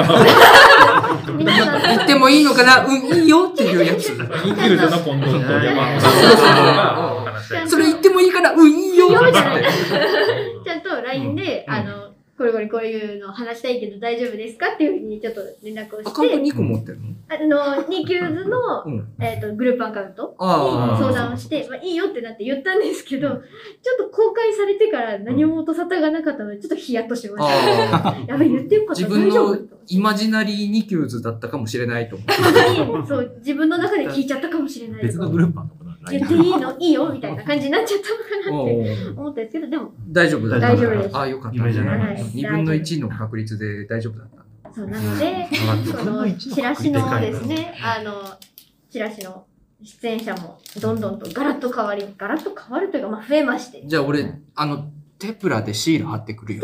さん、
言ってもいいのかなうん、いいよっていうやつ。
インキューズの近藤と山本さんが話し合 い
それ言ってもいいかなうん、いいよ
いいよ
っ
じゃない
て。
ちゃんと LINE で、
うん
あの、これこれこういうの話したいけど大丈夫ですかっていうふうにちょっと連絡を
アカウン
して、
ト2個持ってるの
あの、ニキューズの、
うん。
えっ、と、グループアカウント
ああ。
相談をして、まあ、いいよってなって言ったんですけど、ちょっと公開されてから何も音沙汰がなかったので、ちょっとヒヤッとしまし
ああ。
た。やばい、言ってよかった。
自分
大
の
丈夫と
イマジナリーニキューズだったかもしれないと思う。
本当に、そう、自分の中で聞いちゃったかもしれない。
別のグループあんのかな
言っていいのいいよみたいな感じになっちゃったのかなって
おう
思ったんですけど、でも、
大丈夫だった。
大丈夫です
ああ、よかった。
夢じゃ
ないはい
2分の1の確率で大丈夫だった。
そう、なので、そのチラシのですね、あの、チラシの出演者もどんどんとガラッと変わり、ガラッと変わるというか、まあ増えまして。
じゃあ俺、あの、テプラでシール貼ってくるよ。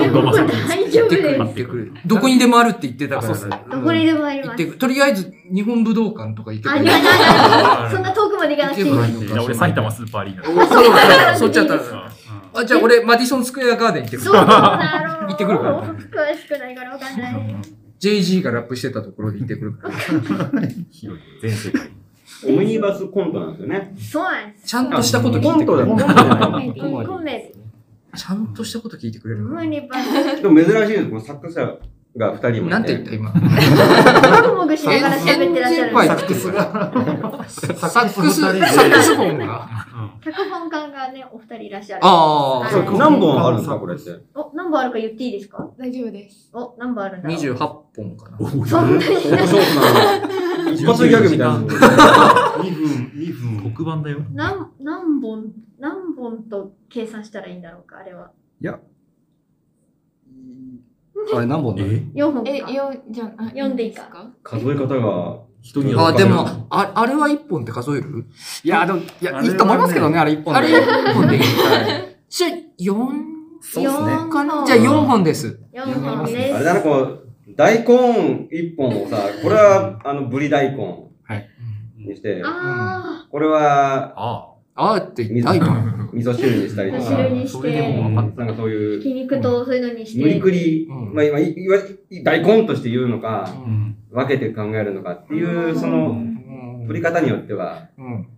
でもこれ 大丈夫で
貼
す。
ってくる。どこにでもあるって言ってたから。
あそうっす
どこにでもあり
行っ
ま
て
す。
くるとりあえず日本武道館とか行けば
あ、
い
い
い。
やいやいや
あ
そんな遠くまで行かなくて
行
い
け
い。
ばい
そ
いのか。
じゃあ俺埼玉スーパーアリーナ
お。そうそうそうそっちだった
そ
ら。あ、じゃあ俺マディソンスクエアガーデン行ってく
う
る。
だろう。
行ってくるから
詳しくないからわかんない。
JG がラップしてたところで行ってくるから。
広い全世界
オムニバスコントなんですよね。
そうなんです。
ちゃんとしたこと聞いてくれる。
ごめん。
ちゃんとしたこと聞いてくれる。
無理ばっ
でも珍しいです。この作家者が二人もい。
なんて言った今。
かり。もぐもぐしながら喋ってらっしゃる。
サックスが。サックス、
二人
サ
で
ックス本が。
脚本家がね、お二人いらっしゃる。
あ
そ
あ
う、か
何本あるんですか、これって。
お、何本あるか言っていいですか
大丈夫です。
お、何本あるんだろう
28本かな。
そんなに
面白くなる一発ギャグみたいな。
2分、2分。
黒板だよ。
何、何本、何本と計算したらいいんだろうか、あれは。
あれ何本だ
え
4本か。
え、よ、じゃあ、
読んでいいか。
数え方が。
人によっ
あ、
て
でも、ああれは1本って数える
いや、でも、い
あれは
や、
ね
いいと思いますけどね、あれ一本
あ
で。
れ1本でいい。じゃあ、4?
そうですね。
本かな
じゃあ4本です。
4本で
あ
す
れ。だな、こう、大根一本をさ、これは、あの、ぶり大根にして、
あ
これは、
あ
あーって言った今。
味噌汁にしたり
あ、
と
走
か、
るにし
それで
て、
も
なんかそうい
ひ
う、
き肉とそういうのにして。
無理くり、
うん
まあ今、いいわ大根として言うのか、
うん
分けて考えるのかっていう、その、取り方によっては、
うん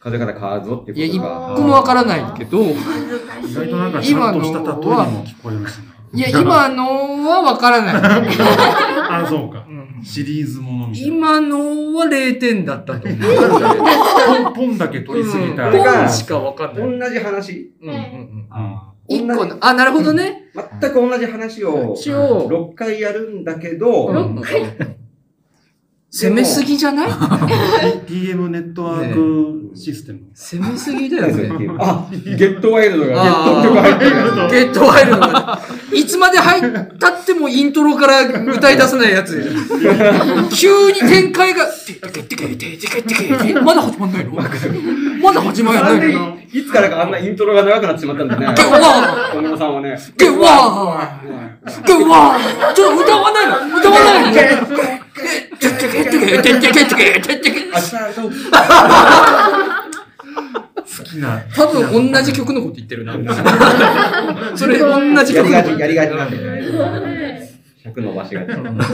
数え方変わるぞっていうことが。
僕もわからないけど、
難
い
し
意
い。
外となんかちゃんとした例えにも聞こえるし
や、今のはわからない。
な。あ、そうか。
うん
シリーズものみたいな。
今のは0点だったと思う。
ポンポンだけ取りすぎた。
うんポンしかわかんない。
同じ話、
うんうんうん
あ
一個の
同じ、
あ、なるほどね。
全く同じ話を、
一応、
6回やるんだけど、
六回。攻めすぎじゃない
TM ネットワークシステム。
攻めすぎだ
何
よ
それ
ね。
あ、ゲットワイルドがゲット
あー
曲入ってる。
ゲットワイルドがいつまで入ったってもイントロから歌い出さないやつ。急に展開が、てけてけてけてけてけてけ、まだ始まんないのまだ始まん
な
ないの
んで、いつからかあんなイントロが長くなってしまったんだね。
ゲッワ
小室さんはね。
ーゲッワーゲッワーちょっと歌わないの歌わないのてってけてけてけてけてけてけ
明日どう
好きな。
多分同じ曲のこと言ってるな。それ同じ
や
曲
り
の
が
こと
ち、やりがちなんだよね。
はい
100伸ばしが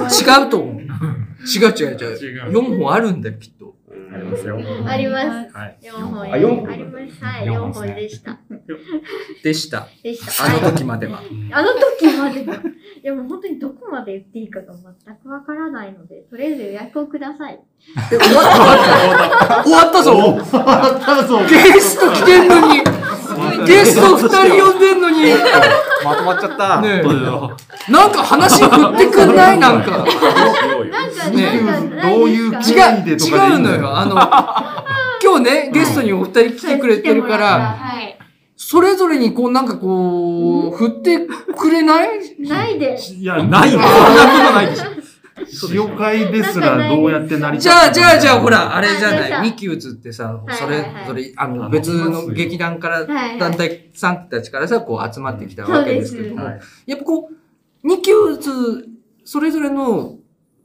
ち。
違うと思う。違う違う違う。
違う
4本あるんだよ、きっと。
うん
ありますよ。
あります。
はい。
4本。
あ四本
あります。はい、4本でした。
でした。
でした。
あ
はい
の時までは。
あの時までは。いやもう本当にどこまで言っていいかが全くわからないので、とりあえず予約をください。
え終わった終わったぞゲスト来てんのにゲスト2人呼んでんのにね
まとまっちゃった。
えなんか話振ってくんないなんか。
なんか、
ね
なんか、
どういう
ないです
違
か
う、違うのよ。あの、今日ね、ゲストにお二人来てくれてるか
は
ら、
はい。
それぞれにこう、なんかこう、振ってくれない
ないで。
いや、
ないわ。そんなことないでしょ。
塩介ですらどうやって成り
じ
立つ
ゃあ、じゃあ、じゃあ、ほら、あれじゃ
あそう
な
そ
い。
う
ミキューズってさ、
い
そ
はい
れ
はい
ぞれ、あの、
あ
別の
飲みますよ
劇団から、
はいは
団
い。
体さんたちからさ、こう集まってきたわけですけども、
そ
はいやっぱこう、ミキューズ、それぞれの、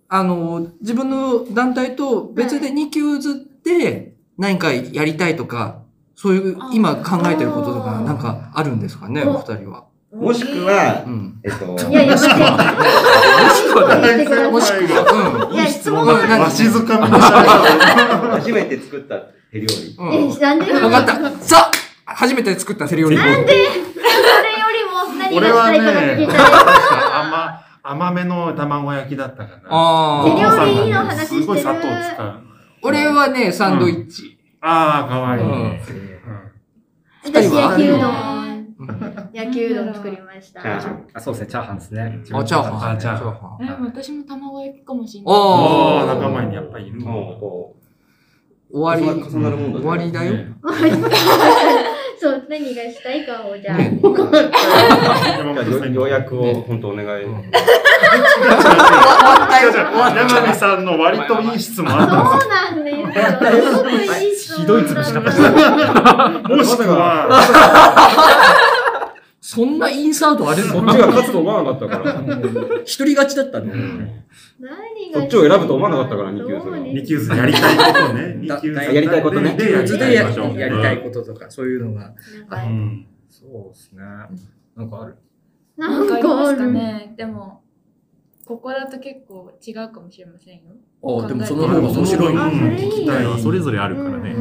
あの、自分の団体と別でミキューズで何かやりたいとか、そういう、今考えてることとか、
あー
なんかあるんですかね、
お
お二人は。
もしくは
う、ん。
えっと、
いや、やめて。言ってください
もしくは、
いや、質問
うん
が。
わしづかみの
初めて作った手料理。
うん。うん
え、なんで
わかった。さあ、初めて作ったセリオリ。
なんでそれよりも何が
俺
した
はい
とか聞き
ね
たい。、
甘、甘めの卵焼きだったかな。
あ
手料
あ。
理の話してる
すごい砂糖使う。
俺はね、サンドイッチ。
ああ、かわいい。
うん
私、野球丼、
うん
うん
野球丼作りました。
チャーハ
あ
ン
あ、そうですね、チャーハンですね。
あ、チャーハン。
あチャーハン
ン
でも私も卵焼きかもしれない。
お
あ
ー
あ、仲間にやっぱりいるの。
も
終わり。
重なるもんだ
終
ね
わりだよ。
そう、何がしたいかをじゃあ。
山
う、
口さんに
ようやくを
ね
本当お願い。
違う違う山口さんの割といい質問あったん
そうなんですよ。すごくいい質問
ひどい潰し方
もしくは、
そんなインサートあれ
そ
そ
っ
ん
ち
な
が勝つと思わなかったから。
一人勝ちだったね。
何が
そっちを選ぶと思わなかったから
どうです
二級
二級図やりたいことね。二級図
やりたいことね
でやりたいこと。
こととか、そういうのが。
なん
う
か
ん。
そうですね。なんかある。
なん
なん
かあ
かありますか
る。
ね。でも、ここだと結構違うかもしれませんよ。
あ、でもその方が面白い。
あそれいいな
うん
それぞれある
う
か
ん
らね。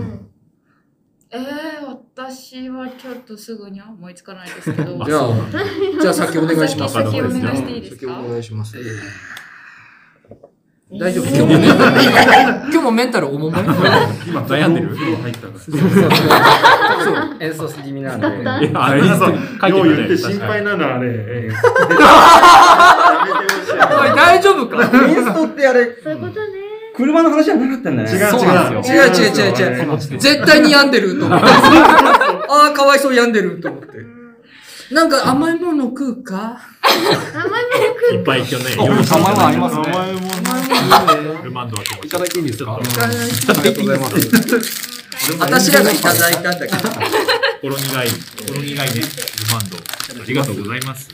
えー、私はちょっとすぐには思いつかないです けど。
じゃあ、じゃあ先お願いします。
先
先お願い
していいですか
先お願いします。
うん
大丈夫。
え
今
ー
日もメンタル、今日もメンタル重め
今、
悩んでる
風呂入ったから。
そう演奏気味なんで。
使った
いや、あれ、
そ
書
う
いて
よう
る
言っ
ね
て心配なのあれ。ええ
おい大丈夫か
インストってあれ、
そういうことね。
車の話じゃなかったんだね。
違う
そうなん
ですよ
違う
違う違う違う
違う
絶対に病んでると 思って。ああ、かわいそう病んでると思って。なんか甘いもの食うか
名前も来
いっ
る。
ぱい去年、
そう名前もありますね。
ルマンドは気持ち
いただいていいんですか。
いただいて
ありがとうございます。
私らがいただいたんだけど。
ほろ苦い、ほろ苦いね、ルマンド。ありがとうございます。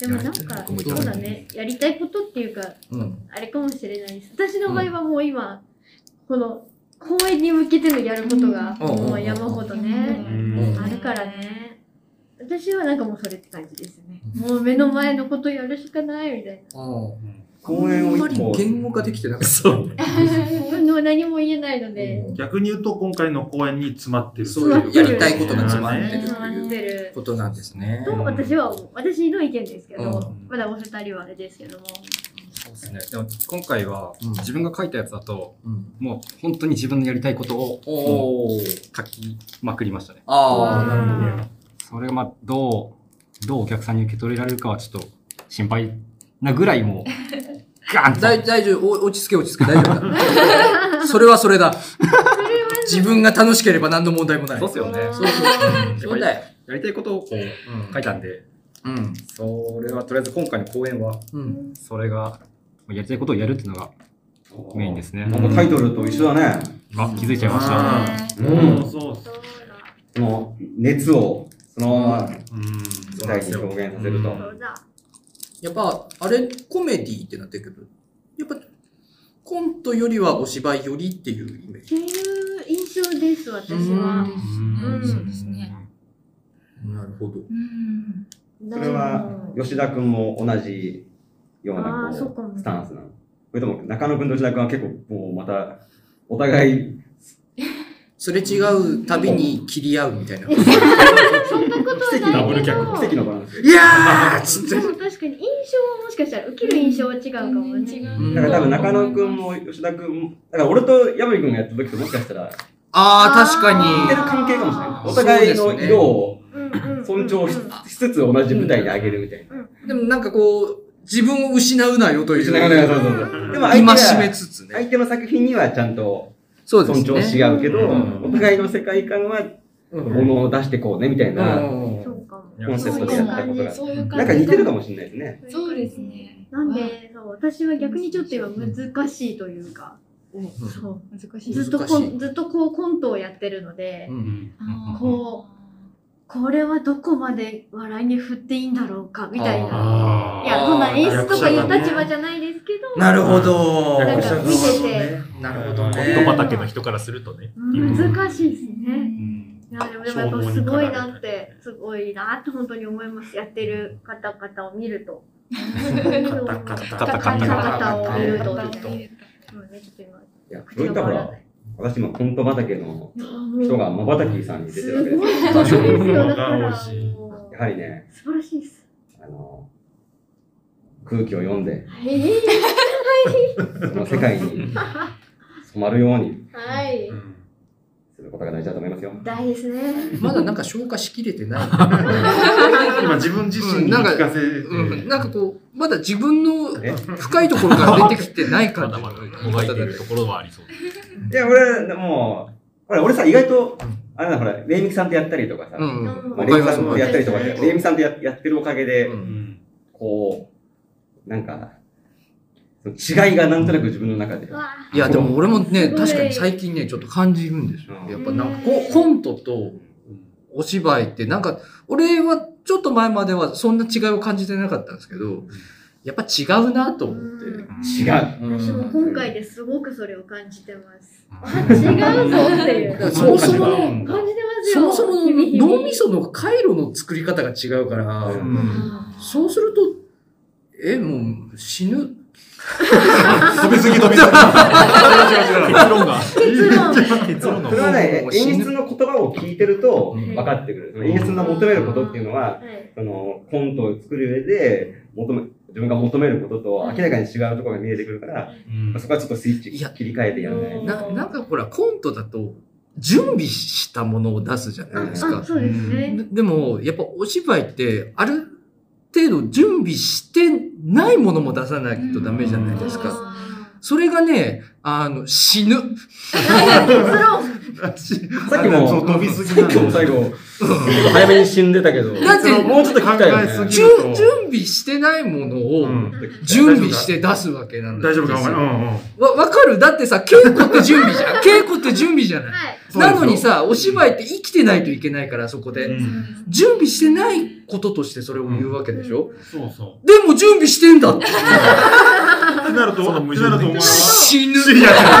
でもなんか、そうだね。やりたいことっていうか、
うん。
あれかもしれないです。私の場合はもう今、この公演に向けてのやることが、
うん
もう山ほどね、
うん
あるからね。私はなんかもうそれって感じですね。もう目の前のことやるしかないみたい
公園を
あんま
一
り
個。
言語化できてなかった。
そう。
な。もう何も言えないので、
逆に言うと、今回の公演に詰まってる。
そういうやりたいことが詰まってると
回っ
いう
てる。
ことなんですね。
と私は思う、私の意見ですけど、
う
まだお二人はあれですけども。
そうですね。でも今回は
うん
自分が書いたやつだと、
うん
もう本当に自分のやりたいことを
おー。
書きまくりましたね。
ああ、
それがまあどうどうお客さんに受け取れられるかはちょっと心配なぐらいもうガンと
大大丈夫。お落ち着け落ち着け。大丈夫だ。それはそれだ。自分が楽しければ何の問題もない。
そうっすよね。
あー
そう
そうだよ。
やりたいことをこう書いたんで、
うん。
それはとりあえず今回の公演は
うん。
それがやりたいことをやるっていうのがメインですね。
なんかタイトルと一緒だね。
あ気づいちゃいました。
う
うん
ん。そうそう。
そう
その熱を、そのまま
うん。
舞台に表現させると。
だ、そうだ。
やっぱ、あれ、コメディってなってるけど、やっぱ、コントよりはお芝居よりっていうイメー
っ
ジ。
ていう印象です、私は。
うん
うん
そうですね。
なるほど。
うん。
そ
それは、吉田くんも同じような
あーそうか
こ
も
うスタンスなの。それとも、中野くんと吉田くんは結構、もうまた、お 互い、
すれ違うたびに切り合うみたいな。い
そんなことはないけど。
ダブルキャップ奇跡のバランス。
やーっつって
で。も確かに印象はもしかしたら受ける印象は違うかもね。
全然違
うん
う
だから多分中野くんも吉田くんも、だから俺と矢部くんがやった時ともしかしたら、似
あー、確
て
か
る
に。
関係かもしれない。お互いの色を
うんうんうん
尊重ししつつ同じ舞台に上げるみたいな。
でもなんかこう、自分を失うなよという。
吉田くんがそうそうそう。でも相手
今締め
は
つつね。
相手の作品にはちゃんと
そうです
尊重し
ね。
合うけど、
うん
お互いの世界観は
ううん
ものを出してこうね、みたいな、
う
そ
ん
うかも。
コンセプトでやったことが。
そういう感
な
じ
んか似てるかもしれないですね。
そうですね
なんで、そう、私は逆にちょっと今難しいというか、そう。
難しい
ずっとこう、ずっとこうコントをやってるので、ここれはどこまで笑いに振っていいんだろうか、みたいな。
あ
いや、そんな演出とかいう
役者がね
立場じゃないですけど、
なるほ
な
ど
ん
役
か
者
見てて、
なるほ
ど
ね
ット畑の人からするとね。
難しいですね。
うん
いやでもやっぱすごいなって、すごいなって本当に思います。やってる方々を見ると。
カタカ
方々を見ると。
カタカタ
タ
うんねちょっと今
いや、そういったほら、私もコント畑の人
人
が瞬きさんに出てるわけ
す
です
ご
よ。
いことですよ。だか
が多
ら、
いし
も
やはりね
う、素晴らしいです。
あの、空気を読んで、
はい。
その世界に染まるように
はい。
することが大事だと思いますよ。
大ですね。
まだなんか消化しきれてない。
今自分自身に言い聞かせて、
うん、なんかこう、まだ自分の
ね
深いところから出てきてない
ま
感
だ
じ
ま
の
だもがいてるところはありそう。
いや、俺、もう、ほら、俺さ、意外と、あれだ、ほら、レイミキさんとやったりとかさ、
うん
う。
まあ
ん
レイミキさんとやったりとかで、
うん
レイミキさんとややってるおかげで、
うん
こう、なんか、その違いがなんとなく自分の中で
う。わ
いや、でも俺もね、
すごい
確かに最近ね、ちょっと感じるんですよ。
うん
やっぱなんかこう、コントとお芝居って、なんか、俺はちょっと前まではそんな違いを感じてなかったんですけど、やっぱ違うなと思って。
うん
違う。
私も今回ですごくそれを感じてます。あ、違うぞってい
だから
う。
そもそもの、
感じてます
そ
よ。
もそも
日
の
々日々
脳みその回路の作り方が違うから、そうすると、え、もう死ぬ。
飛びすぎ飛びすぎ。
結論が。
結論。
結論が
それはね
も、う死ぬ
演出の言葉を聞いてると
うん
分かってくる。その演出の求めることっていうのは、
はい
そのコントを作る上で求め、自分が求めることと明らかに違うところが見えてくるから、そこはちょっとスイッチ
いや
切り替えてやらない。
ななんかほら、コントだと、準備したものを出すじゃないですか
あ、。そうですね。
ででも、やっぱお芝居って、ある程度準備してないものも出さないとダメじゃないですか。
あ
それがね、あの、死ぬ。
ー結論。
さっきも、
飛びすぎ
さっきも最後、早めに死んでたけど、
だって
そのもうちょっと聞きたいよ
考えす。
ね
じゅ準備してないもの
う
を
ん
準備して出すわけなんだ
大丈夫かお前。うんうん。
わ、わかるだってさ、稽古って準備じゃん。 稽古って準備じゃない。
はい。
そうです
な
よ
のにさ、お芝居って生きてないといけないから、そこで。準備してないこととしてそれを言うわけでしょ、
そうそ
でも準備してん だって
ってなると、
その
っ
矛
て
盾ね
なるとお前は、
死ぬ
い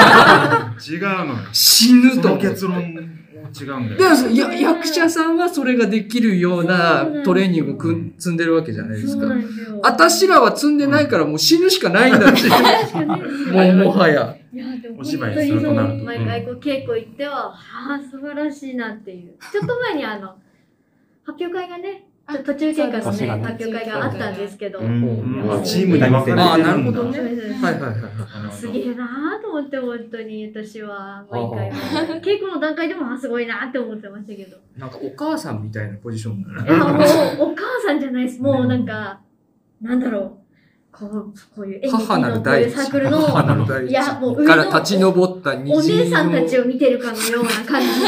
や違うのよ。
死ぬ
そ
と
の。結論も違うん
で
だよ。
や役者さんはそれができるよう
そうなんです
な
よ
トレーニングをくん積んでるわけじゃないです
そう
か
な。んですよ。
私らは積んでないからもう死ぬしかないんだって。
確かに
もうもはや。
いやで
お
も本
芝居
当に
する
そ
と
う
なると
毎回こう稽古行っては、ああ、素晴らしいなっていう。ちょっと前にあの、 発表会がね、ちょ途中経過の
そうです
ね、
ね
発表会があったんですけど、
うん
ん
まあチームに分かれてるんだ
ああ、なるほど
そう
ね。
です
はいはいはいはい。
すげえなーと思って、本当に私は、毎回。稽古の段階でもあすごいなーって思ってましたけど。
なんかお母さんみたいなポジションだ
い
な。
や、も う、お母さんじゃないです。もうなんか、なんだろう。こう、こういう演劇
母な
の
る
こう
大
いう
地。
サークル
母な
の、
る大地。
いやもう上の
から立ち上った虹の
お姉さんたちを見てるかのような感じ。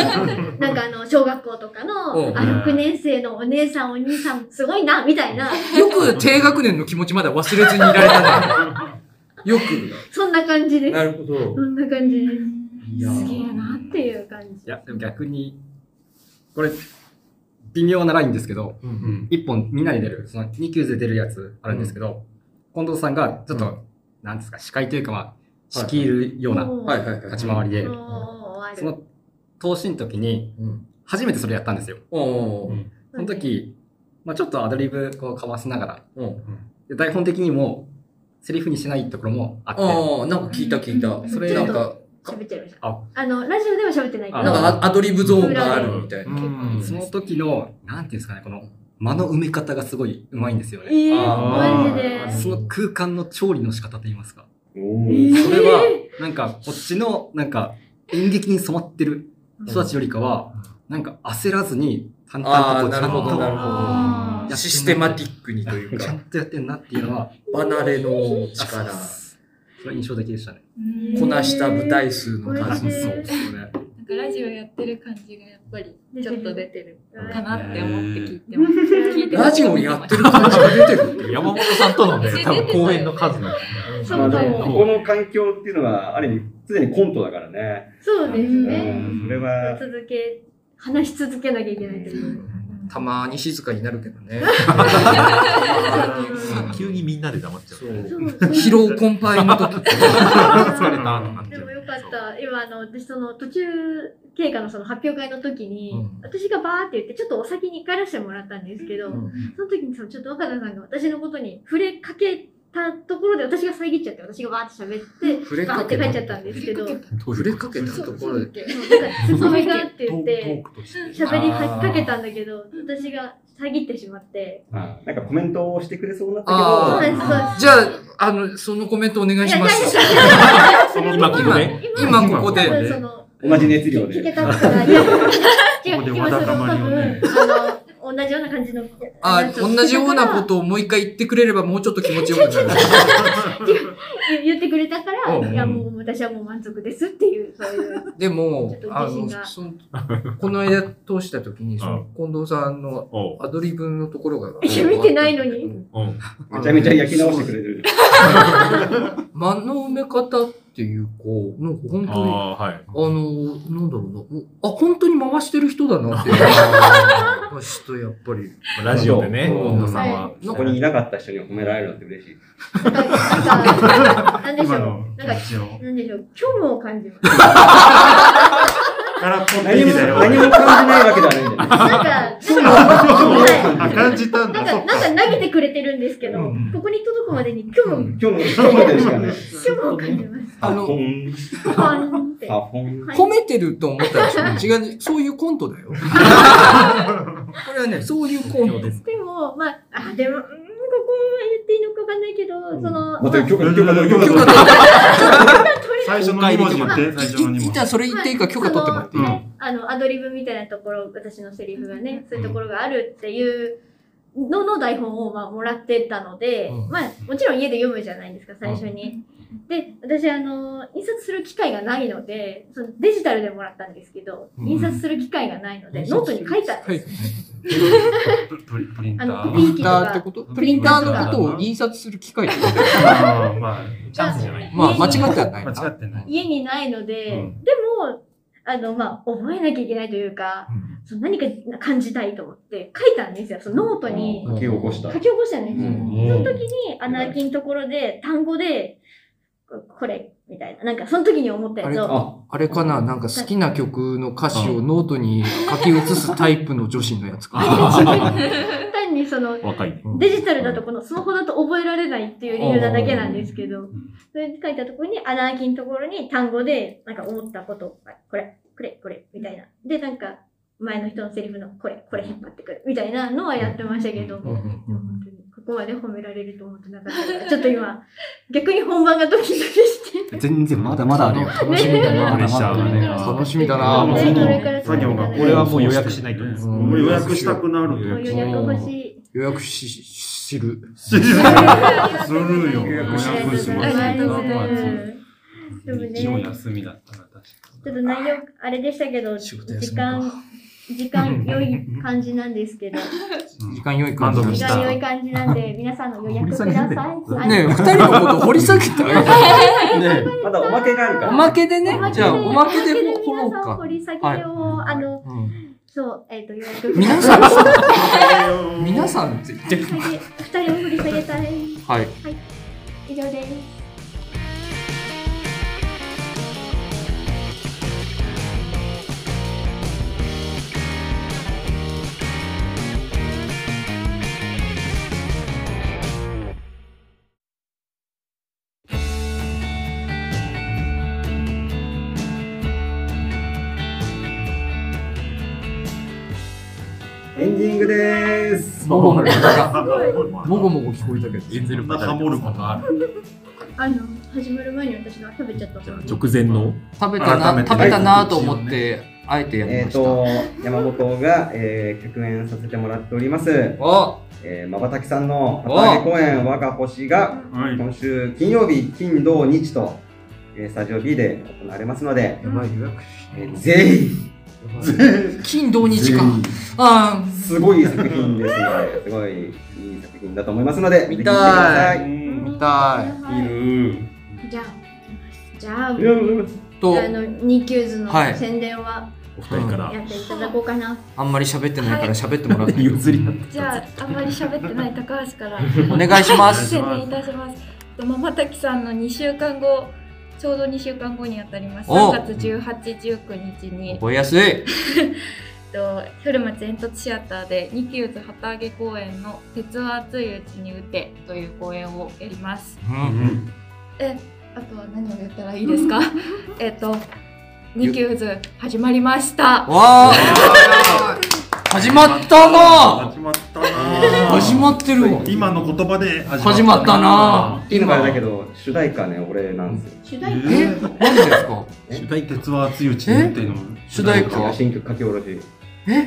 なんかあの、小学校とか
う
の、
ん
あの、6年生のお姉さん、お兄さん、すごいな、みたいな、
よく低学年の気持ちまだ忘れずにいられたね。よく。
そんな感じです。
るほど
そ。んな感じです。
いや
すげえなっていう感じ。
いや、でも逆に、これ、微妙なラインですけど、
うん
一本みんなで出る、その2級で出るやつあるんですけど、近藤さんがちょっと、なんですか、司会というか、まあ、仕切るような
もう
はいはいはい。
立ち回りで、
もう終
そ
わる。
の投資の時に、
うん。
初めてそれやったんですよ。
おー。
その時、まあ、ちょっとアドリブこうかわしながら、
うん。
で台本的にも、セリフにしないところもあって、
ああ、なんか聞いた聞いた。それ
ち
な
ょっ
ん
と
か、
喋ってるじゃん。
あ
あの、ラジオでは喋ってないけ
あ
ど。
なんかアアドリブゾーンがあるみたいな。
うん
その時の、なんていうんですかね、この、間の埋め方がすごい上手いんですよ
え
ね。
ー、
あー
マジで。
その空間の調理の仕方と言いますか。
お
え
ー
それ
ー
は、なんか、こっちの、なんか、演劇に染まってる人たちよりかは、なんか焦らずに、淡々
ああ、
とこうち
な
ゃ
る
ん
ほど、な
と、
るほ
あ
ど。システマティックにという
ちゃん
か、
とやってんなっていうのは、
離れの力、
それ印象的でしたね。
ー
こなした舞台数の
これっ
数。
て
そうですね。
なんかラジオやってる感じがやっぱりちょっと出てる
うん
かなって思って聞いてます。聞いてます
ラジオやってる感じが出てる。
山本さんとのね、多分公演の数の。
そうか
でも
も。
ここの環境っていうのは、ある意味、常にコントだからね。
そうです
う
ね。
ん、それは、
続け、話し続けなきゃいけないという。
たまに静かになるけどね。
急にみんなで黙っちゃう。
そう
疲労困憊の時。
疲れたとかって
でもよかった。今、あの、私、その、途中経過のその発表会の時に、
うん
私がバーって言って、ちょっとお先に帰らせてもらったんですけど、その時にその、ちょっと若田さんが私のことに触れかけたところで、私が遮っちゃって、私がバーって喋って、
触れ
バー
か
って
け
帰
た
っち。ゃったんですけど、そう
触れかけたところで。
説明があって言っ
トー
て、
クとして。
喋りかけたんだけど、私が遮ってしまって、
あなんかコメントをしてくれそうになったけ
あ
そ
ー
う
ど、
です、そうです。
じゃあ、あの、そのコメントお願いします。
今ここで
今ここ
多
で。
分その、
同じ熱量
聞け
で。
たから、いや、違
こ
う、
で
聞きまし
わだ
た
か
多
まりをね
分、あの、同じような感じの。。
あ、同じようなこととをもう一回言ってくれればもうちょっと気持ちよくなる。
言言ってくれたから、
うん
いや、もう私はもう満足ですっていう、そういう。
で
ち
も
ょっ、と
あ
自信
の
が、
そのこの間通した時に、その近藤さんの
おう
アドリブのところが。
いや見てないのに
うん。
おう
めちゃめちゃ焼き直してくれる。
間の埋め方っていう、こう、なんか本当
あ
に、
あ、はい。
あの、なんだろうなお。あ、本当に回してる人だなっていう。人、やっぱり。
ラジオでね、
そう
近藤さんは。
そこにいなかった人に褒められるのって嬉しい。
なんか、なんでしょ
今
う。
の
なんか
ラジオ
なんでしょう。虚無を感じます。
から取って
何
き
も、
たよ。
何も感じないわけではないんだ
な
よね。
んか、なんか、はい
あ、感じたん
なん
だ。そ
か、
っ
なんか投げてくれてるんですけど、
うん
ここに届くまでに虚無、
今日の、今日のでしかね。
虚無を感じます。
あ
ほ
の、
ん、
ポンって。
あ、ほん。
褒めてると思ったら違う、違う、そういうコントだよ。これはね、そういうコント。
でも、まあ、あ、でも、うんここは言っていいのかわかんないけど、その、
ま
まあ
た許可、許可、許可、
許
許
可
可。
取って
最初の2文字言って、最初の
い
2文
じゃあ
字。
それ言っていいか許可取ってもらっていい
まあねあの、アドリブみたいなところ、私のセリフがね、そういうところがあるっていうのの台本を、まあ、もらってたので、
うん
まあ、もちろん家で読むじゃないですか、最初に。で、私、あの、印刷する機会がないので、そのデジタルでもらったんですけど、
うん
印刷する機会がないので、ノートに書いたん
は
で
い
す。。
プリプリンタ
あの、コ
ー
ピ。ー
プ
機
リン
と
ターって
か。
ことプリンターのことを印刷する機械ってこと
あーまあ、
チャンスじゃない。
まあ、間違ってはないな。
間違ってない。
家にないので、
うん
でも、あの、まあ、覚えなきゃいけないというか、その何か感じたいと思って書いたんですよ。そのノートに
書き起こした
書き。起こしたんですよ。
うん
その時に、穴あきのところで、単語で、ここれ、みたいな。なんか、その時に思ったやつを。
あ、
あれかななんか好きな曲の歌詞をノートに書き写すタイプの女子のやつか。
単にその、
若いね。
デジタルだとこのスマホだと覚えられないっていう理由なだけなんですけど、それで書いたところに、穴あきのところに単語で、なんか思ったこと、あこれ、これ、これ、みたいな。で、なんか、前の人のセリフの、これ、これ引っ張ってくる、みたいなのはやってましたけど、
うんうん
でも本当にここまで褒められると思ってなかったから、ちょっと今、逆に本番がドキドキして。
全然まだまだあるよ。楽しみだな。
プレッシャーがね
楽しみだな
ね
もうその
これから
作業が
こ
こ
れ
れ
は
は
も
も
う
う
予
予
約
約
し
し
な
ないい
と
と。
うん
もう予約したくな
う
る。
予約欲しい。
予約し、しする。
する
す
よ。
あ
予
りが
約し
とう
ま
ご
す
ざ
よ。
います。でも
日曜
ね、
休みだったな、確か
ちょっと内容、あれでしたけど、
仕
時
事休みか
間、時間良い感じなんです けど、
時間良い感
満足
時
じ
し
間良
た
い感じなんで、皆さんの予約ください。はい
ねえ、二人のこと掘り下げてあげて。ね
まだおまけがある
え
か
お
ら。
まけでね
おま、けで
じゃあおまけで掘ろ
皆
う
さん
か
掘。り下げを、あの、
うん
そう、えっと、予約
皆さん、 皆さんって言って
二
る。
人を振り下げたい。
はい。
以上です。
エンディングでーす。
もごもごが、
に。
もごもご聞こえたけど。
エンゼ
そ
ル
んなハモることある。
あの、始まる前に私が食べちゃった
じゃあ
ので
直前の。
食べた
改
な、
めて
食べたなと思って、あえてやり
え
ま
っ
した。
と、山本が、えー、客演させてもらっております。
お
えー、まばたきさんの旗揚げ公演、我が星が、
はい。
今週金曜日、金、土、日と、ええースタジオ B で行われますので、
やばい、予約し
えーぜひ、
金土日か
全。
あー
すごい作品ですので、 すごいいい作品だと思いますので、
見たい
ぜひ見てください。
見
た
い。じゃあ、じゃあ、
いやいやいや
と、
あの、ニキューズの
はい
宣伝は
お二人から
やっていただこうかな。
あんまり喋ってないから喋ってもらっていい
譲り合っ
じゃあ、あんまり喋ってない高橋から。
お願いしま
宣
す。
伝いたします。とままたきさんの2週間後、ちょうど2週間後にあたります。
お
3月18、19日に、
覚えやすい。
と古町煙突シアターで、ニキューズ旗揚げ公演の鉄は熱いうちに打てという公演をやります。
うん
え、あとは何を言ったらいいですか えっと、ニキューズ始まりました。
わあ始まったな
始まった
あ
な
始まってるわ。
今の言葉で
始まったなあ
っていうのもあれだけど、主題歌ね、俺なんです
主
え
よ。
題歌
ー
マジですか
主題歌鉄は熱いうちにっていうのも
主題歌
新曲書き下ろし。
え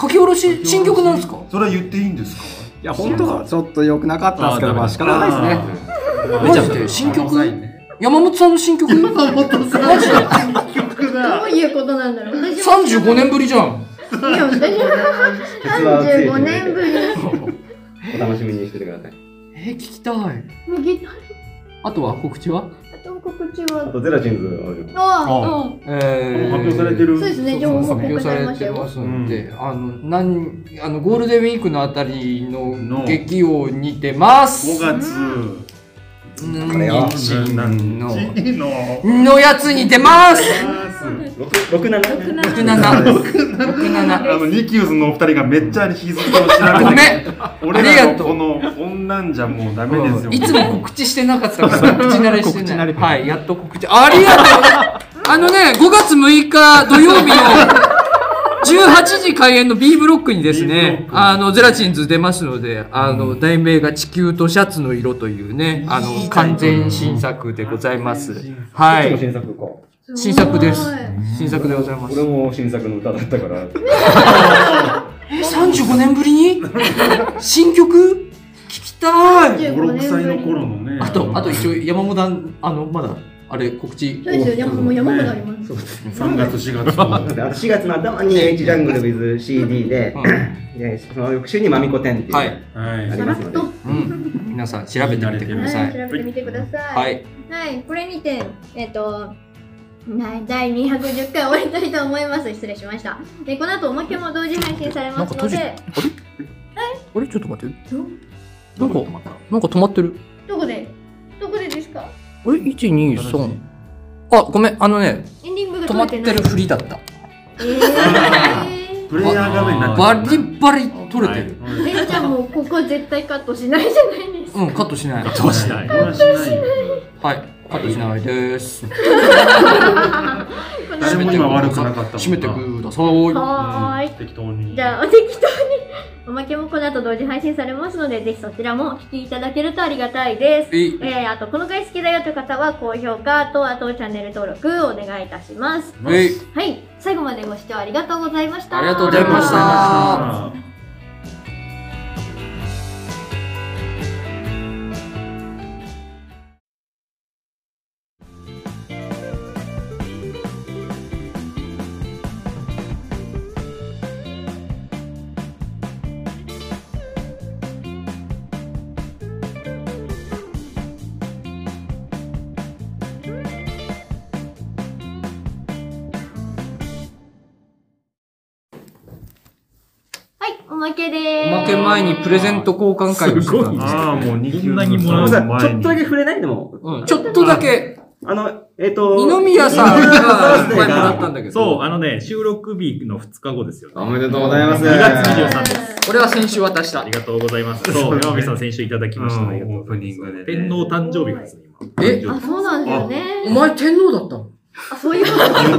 書き下ろし、新曲なんですか
それは言っていいんですか
いや、本当はちょっと良くなかったですけど、まあ仕方ないですね。
マジで新曲山本さんの新曲山本さんマジで
曲
ど
が
ういうことなんだろう。私も
?35 年ぶりじゃ ん。
いや私も
鉄は熱い
35年ぶり。
お楽しみにしててください。
え、聞きたい。
もうギター
あとは告知は
と告知
あ
は。
と、ゼラチンズ、
あ
あ
あ、
え
発表されてる
そうですね、情報
発
報
表
告さ
さ
れ
れ
ました
てま
よ。
すんで、あの、なん、あの、ゴールデンウィークのあたりの劇を似てます。
5月
うん
これよ
何
の
日の
のやつに出ます
六七
六七六
あ
七
のニキューズのお二人がめっちゃ引きずってを調べて
ごめん
俺
あり
ら
がと
の
う
この女んじゃもうダメですよ
いつも告知してなかったから告知慣れして
告知慣
ない
れてな
はいいやっと告知ありがとうあのね5月6日土曜日の18時開演の B ブロックにです
B ブロ
ね
ッ、ク
あの、ゼラチンズ出ますので、あの、題名が地球とシャツの色というね、あの、完全新作でございます。は
こっち
い。
も新作か。
新作です
ごい
新作でございます
俺。も新作の歌だったから。
え、35年ぶりに新曲聞きたい
56
35年
歳
ぶ
の
り
頃のね
あと、あと一応山本あの、まだ、あれ、告知。
そうですよ、山もう山ほどあります。
3月4月と
であと4月の頭に H ジャングル with CD で
うん、
でその翌週にまみこ10っていう。
はい。
は
あり
さ
い
ら
ま
っ
すので
と、
うん、皆さん調べてみてくだ
は
さ
い、
い。
調べてみてくださ。
はいい、
はい、これにて、えっと、な第210回終わりたいと思います。失礼しました。で、この後、おまけも同時配信されますので、
あれ、ちょっと待って。
ど
なんか
こ泊まった
なんか止まってる。
どこでどこでですか
あれ、一二三。あ、ごめん、あのね、
エンディングが
止まって
取れ
る
ない。
ふりだった。
え
プレイヤー画面になって
バ
る
リバリ取れてる。
ー、えじゃあもう、ここ絶対カットしないじゃないですか。
うん、カットしない。
どうしない
これはしない
はい、カットしないです。
こ の
誰も今悪くなかったもんな
閉めてください。
はーい。
適当に
じゃあ、お適当に。おまけもこの後同時配信されますので、ぜひそちらもお聞きいただけるとありがたいです。
えい、
えー、あと、この回好きだよという方は、高評価と、あとチャンネル登録お願いいたします。
えい、
はい。最後までご視聴ありがとうございました。
ありがとうございました。
はい、おまけで
お
ーす。
まけ前にプレゼント交換会をしてたんですけ
ああ、もう2級
こんなにもら
ご
う
めん
の
なさい
前
ちょっ
に
とだけ触れないでも、
ど。うん、ちょっとだけ、
あの、えっと、
二宮さんが前もらったんだけど。
そう、あのね、収録日の2日後ですよね。
おめでとうございます。
2月23です。
これは先週渡した
あり。がとうございます。そう、山美さん先週いただきました。
うん
ありがとうござい
オー
ます
プニングでね
天皇誕生日なんですね、今。
え
あ、そうなんですよ
お
ね。
前天皇だったの
あ、そういうこ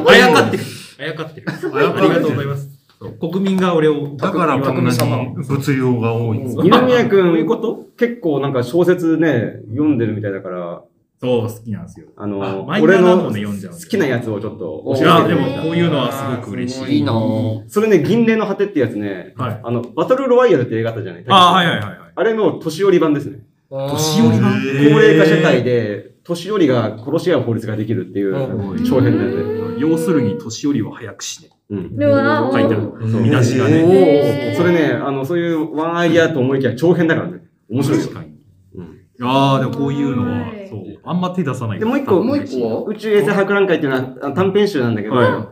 と。
あやかってる。あやかってる。あ
あやかってる
りがとうございます。そう国民が俺を、
だからこんなに物量が多いんですよ。
二宮
そういう
君
こ、と
結構なんか小説ね、読んでるみたいだから、
そう、好きなんですよ。
あ
あ
の、
マイナーな
俺の
の
好
ね読んじゃうんで
きなやつをちょっと
い
教
や、
え
で
て
も
もらっ
こういうのはすごく嬉しい。
いいなぁ。
た。それね、銀霊の果てってやつね、
はい。
あの、バトルロワイヤルって映画あったじゃない
あはいはいはいはい。
あれの年寄り版ですね。
年
寄り
な
なんん
高齢化社会で、
年寄りが殺し合う法律ができるっていう
うん
長編なんで。
要するに年寄りは早く死ね。
うん
うわ
書いてあ
お
る。
そう
見出しがね。
へー
それね、あの、そういうワンアイデアと思いきや長編だからね。面白いです
確。かに。
うん
ああ、でもこういうのは
はい、
そう。あんま手出さない
で、もう一個、もう一個、宇宙衛星博覧会っていうのはあ短編集なんだけど、
は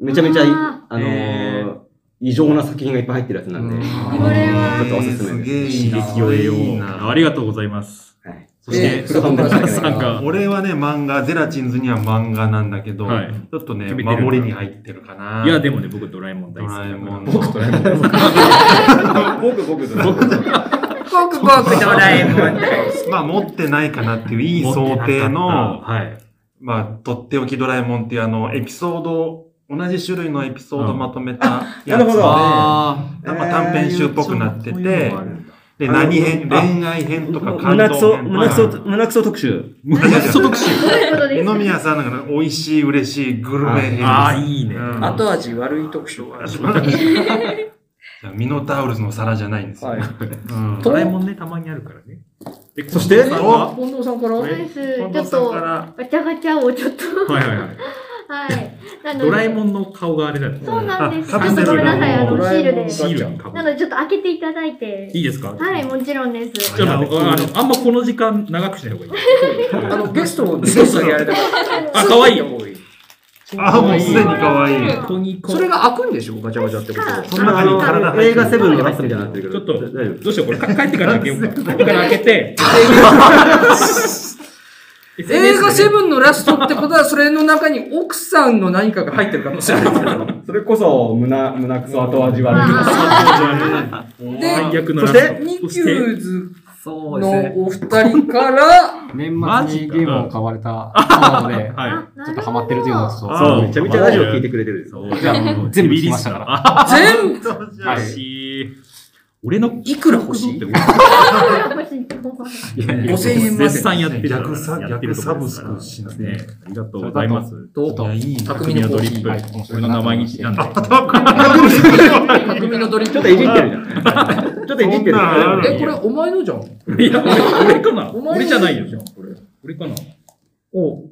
めちゃめちゃいい、
あ
あの
へ
ー、異常な作品がいっぱい入ってるやつなんで、
うん
ち
これ
ょっとお
は、
すすめです。
いいな
刺激を得よう
いいな
ありがとうございます。
はい。
そして、
えー古本
古
さ
本
ん
さん
さん が、
俺はね、漫画、ゼラチンズには漫画なんだけど、
はい
ちょっとね、
決めてる
守りに入ってるかな。
いや、でもね、僕ドラえもん
ド
大好き。
ラえもんの。
僕とね、
僕、僕、僕、
僕、僕、ドラえもん。
まあ、持ってないかなっていう、いい
持って
想
なかった
定の、
はい。
まあ、とっておきドラえもんっていう、あの、エピソード、同じ種類のエピソードをまとめたやつ
なるほど
あーなんか短編集っぽくなってて、で、何編、
あ
恋愛編とか感
胸く
動
そ、
編
胸くそ、胸くそ特集。
胸くそ特集。
どういうことで
江
すか
宮さんなんかね美味しい、嬉しい、グルメ編。
ああ、いいね。
うん
後味悪い特集。
じゃあミノタウルスの皿じゃないんですよ。
はい
うん
ドラえもんね、たまにあるからね。で
そして
近藤さんが
近藤さんから
ナイス
近
ちょ
藤
っ
さん
と
か、ら
ガチャガチャをちょっと、
はいはいはい。
はい。なので
ドラえもんの顔があれだよ。
そうなんです。ちょ
あ
っとごめんなさい、あの、シールで。
シールにかぶ
な
る。
ので、ちょっと開けていただいて
い。いですか
はい、もちろんです。
じゃあ、あのあの、あんまこの時間長くしない方がいい。
あの、ゲストをゲストでやれた
あ、かわいい。
あもうすでに可愛い。
うん
トニコ。
それが開くんでしょガチャガチャってことは。
その中に体入
映
って
画セ
る。
ブンのラストみたいになってるけど。
ちょっと
大丈夫。
どうしよう、これ、か帰ってから開けようか。帰ってから開けて。
映画セ
ン
ブンのラストってことは、それの中に奥さんの何かが入ってる可能性ある。
それこそ、胸、胸くそ後味悪い。
あ
で、
逆の
そし
ラス
て
ト
ニキ
そ
ュ
して
ーズ
そうですね。
のお二人から、
年末にゲームを買われたそうなので、
は
ちょっとハマってるというのをちょっと。
そう、
あー
めちゃめちゃラジオ聞いてくれてるんですよ。
い。
じゃあ、全部聞きましたから。
全部、
は
はいい。俺の
いくら欲 しい
5000
5000円まで
絶賛やってるから。
逆サ
やって
逆
ると
サ
ころ
ブ
です
ス
から
クしない
ね。ありがとうございます。
と
いや、いいな。
匠のコーヒ
は
ー。
い面白
俺の
いな
名
と思
前に
いま
ち
して
なんで。
匠のドリッ
ちょっ
プ
と。いじってるじゃん。ちょっといじってるじ
そんな
ゃ
の
ん。
え、これお前のじゃん。
いや、俺、俺かな
お前の
俺じゃないよ、じゃあ、これ。俺かな
お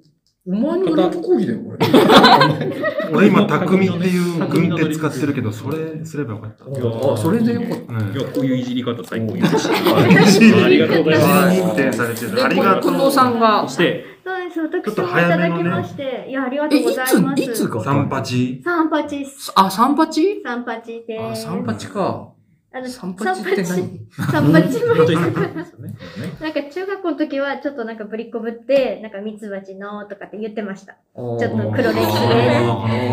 お前のドリップコーヒーだよ、これ。
俺今、匠っていう軍手使ってるけど、それすればよかった。う
あ、それでよかった。
ん
いや、こういういじり方最高に嬉しい。
あ
ありがとうございます。
認定されてる。あ
で、
りがとう。
近藤さんが
そ、して、
そうです。
ちょ
私
っと
もい
早
た
め
だ
のね
きまして、いや、ありが
え、
とう
い
ございます。
つ、いつが
三八。
サンパチです。
あ、三八
サンパチで
あ、
す。
三八か。
あの
三八って
サン
何
パチサ ンパチも
ちょっと
い
いい
た
です
だ
ねそうね
なんか中学校の時はちょっとなんかぶりっこぶって、なんかミツバチのとかって言ってま した。
ちょ
ちょっと黒歴史
あ
で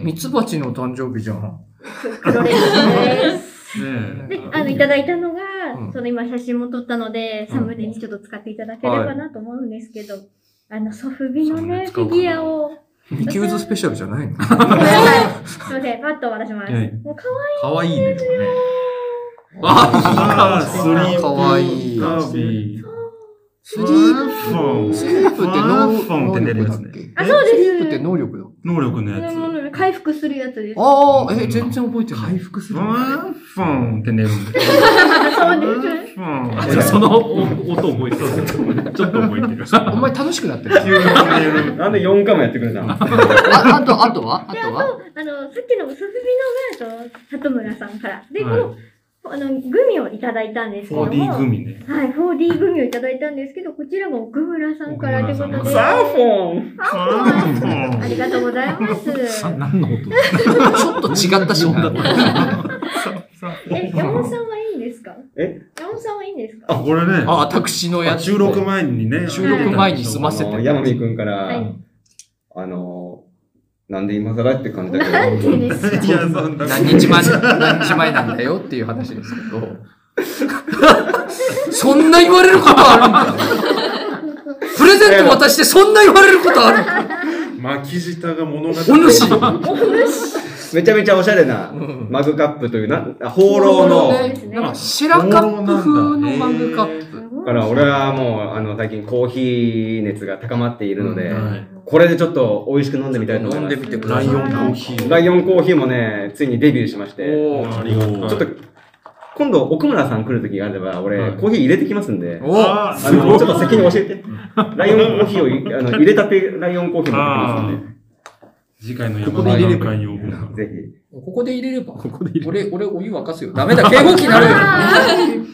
え、ミツバチの誕生日じゃん。
す。黒歴史です。
ね
で、あの、いただいたのが、
うん
その今写真も撮ったので、サムネにちょっと使っていただければなと思うんですけど、あの、ソフビのね、
サ
フ
ムネ使お
ィ
うかな
ギュアを、
ミキューズスペシャルじゃない の
ごめんなさい。すいません、パッと終わらせます。
はい
もう可
かわいいね、でもね。
あースリープ
かわいい。
ダービー。
スリー
フォ
プ、
ン。
スリープって
ワ
能
ンフォンって
能
出る
力だ
やつ
っ
ね。
け
あそうです
えスリープって能力だ。
能力の
愛い
やつ。
もの回復するやつです。
ああ、え、全然覚えてない。
回復する。
ワンフォンって寝るんだ
そうで
よ。
す。
フォン。
あじゃあその音覚えてる。ちょっと覚えてる。
お前楽しくなってる。
なんで4回もやってくれたの
あ、あと、あとはあ
あの、さっき
とは
のソフビのが、えっと里村さんから。で、
はい
こう、あの、グミをいただいたんですけども。
4D グミね。
はい、4D グミをいただいたんですけど、こちらも奥村さんからということで。
サ
ーフォン
フォン
ありがとうございます。
何の音
ちょっと違ったし、
え、山本さんはいいんですか
え
山本さんはいいんですか
あ、これね。
あ、私のや
あ
つ。
収録前にね。
収録前に済ませ
あの
て。
山見くんか
は
ら
い、
あの、なんで今更って感じだけ
なんて
ど、
ですか
いや、そんな。
何日前、何日前なんだよっていう話ですけ ど。そんな言われることあるんだ。プレゼント渡してそんな言われることある
巻き舌が物語
お主。
めちゃめちゃおしゃれな
うん
マグカップというな、あ放浪の、
そうですね
なんかシェラカップ風のマグカップ。
だから俺はもう、あの、最近コーヒー熱が高まっているので、
はい
これでちょっと美味しく飲んでみたいと思い
飲ん
ます
でみてくだ
ラ
さい。
イオンコーヒー。
ライオンコーヒーもね、ついにデビューしまして、
おー
ありがとう。
ちょっと、今度、奥村さん来る時があれば、俺、コーヒー入れてきますんで。
お
あ
ー
の、ちょっと責任教えて。ライオンコーヒーをい、あの、入れたてライオンコーヒーも持ってきま
次回の
ここ
山
で入れれ
田
ば
会を。
すんで。ぜひ。
ここで入れれば。俺、俺、お湯沸かすよ。ダメだ、警報器になるよ。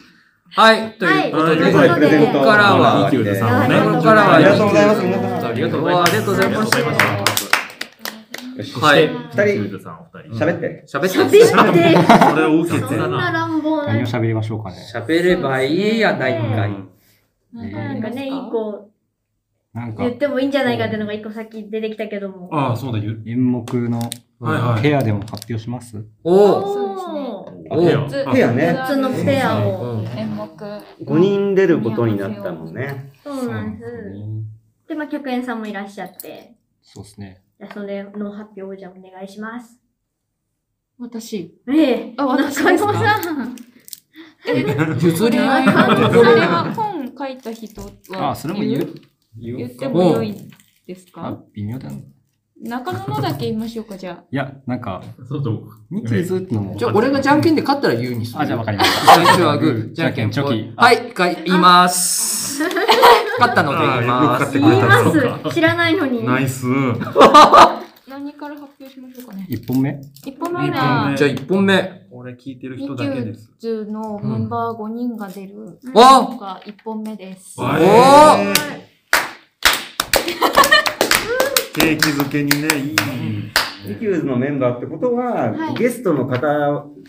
はい、ということで、
はい
こ
ということで
こからは、
ニキュール
さんもね
ここからは、
ありがとうございます
ニキュールさんありがとうございます。ありがとうございました。
よし
はい。
二
清
人、
水さん、お二人。
喋って。
喋
喋
って。
って、
それを受け
そ
て。
んな乱暴な
何を。喋りましょうかね。
喋ればいいやないかい。
なんかね、一個
なんか
言ってもいいんじゃないかっていうのが一個さっき出てきたけども。
ああ、そうだ、言う。
演目の
はいはい
ペアでも発表します
おう
おー
あ、部屋。
ず
ペアね。
普通のペアを。
うん
演目
5人出ることになったもんね。
そうなんです。で、まあ、客演さんもいらっしゃって。
そうですね。
じゃあ、それの発表をじゃあお願いします。
私。
ええ。
あ私
中
で
野
すか
さん。
譲り合い
あ
の
れ
ところ
は本書いた人は
あ、それも言う
言
言
っても良いんです
あ
か
微妙だな。い
中野のだけ言いましょうか、じゃ
や、なんか、
そうと、
ニキーズってのも。
じゃあ、俺がじゃんけんで勝ったら言うにする。
あ、じゃあわかりました。。
最初はグー、じゃんけんぽい。はいい、が言います。勝ったので言いま
あーよく勝っ
す
て。く
言
れ
い
た
ます。知らないのに。
ナイス。
あ。何から発表しましょうかね。
一本目
一本目
一本
は
目、
じゃあ、1本目。
俺聞いてる人だけです。
10のメンバー5人が出る
お
のが一本目です。
わ
お
え
ー
ーケーキ漬けにね、いい。
リキューズのメンバーってことは、
はい
ゲストの方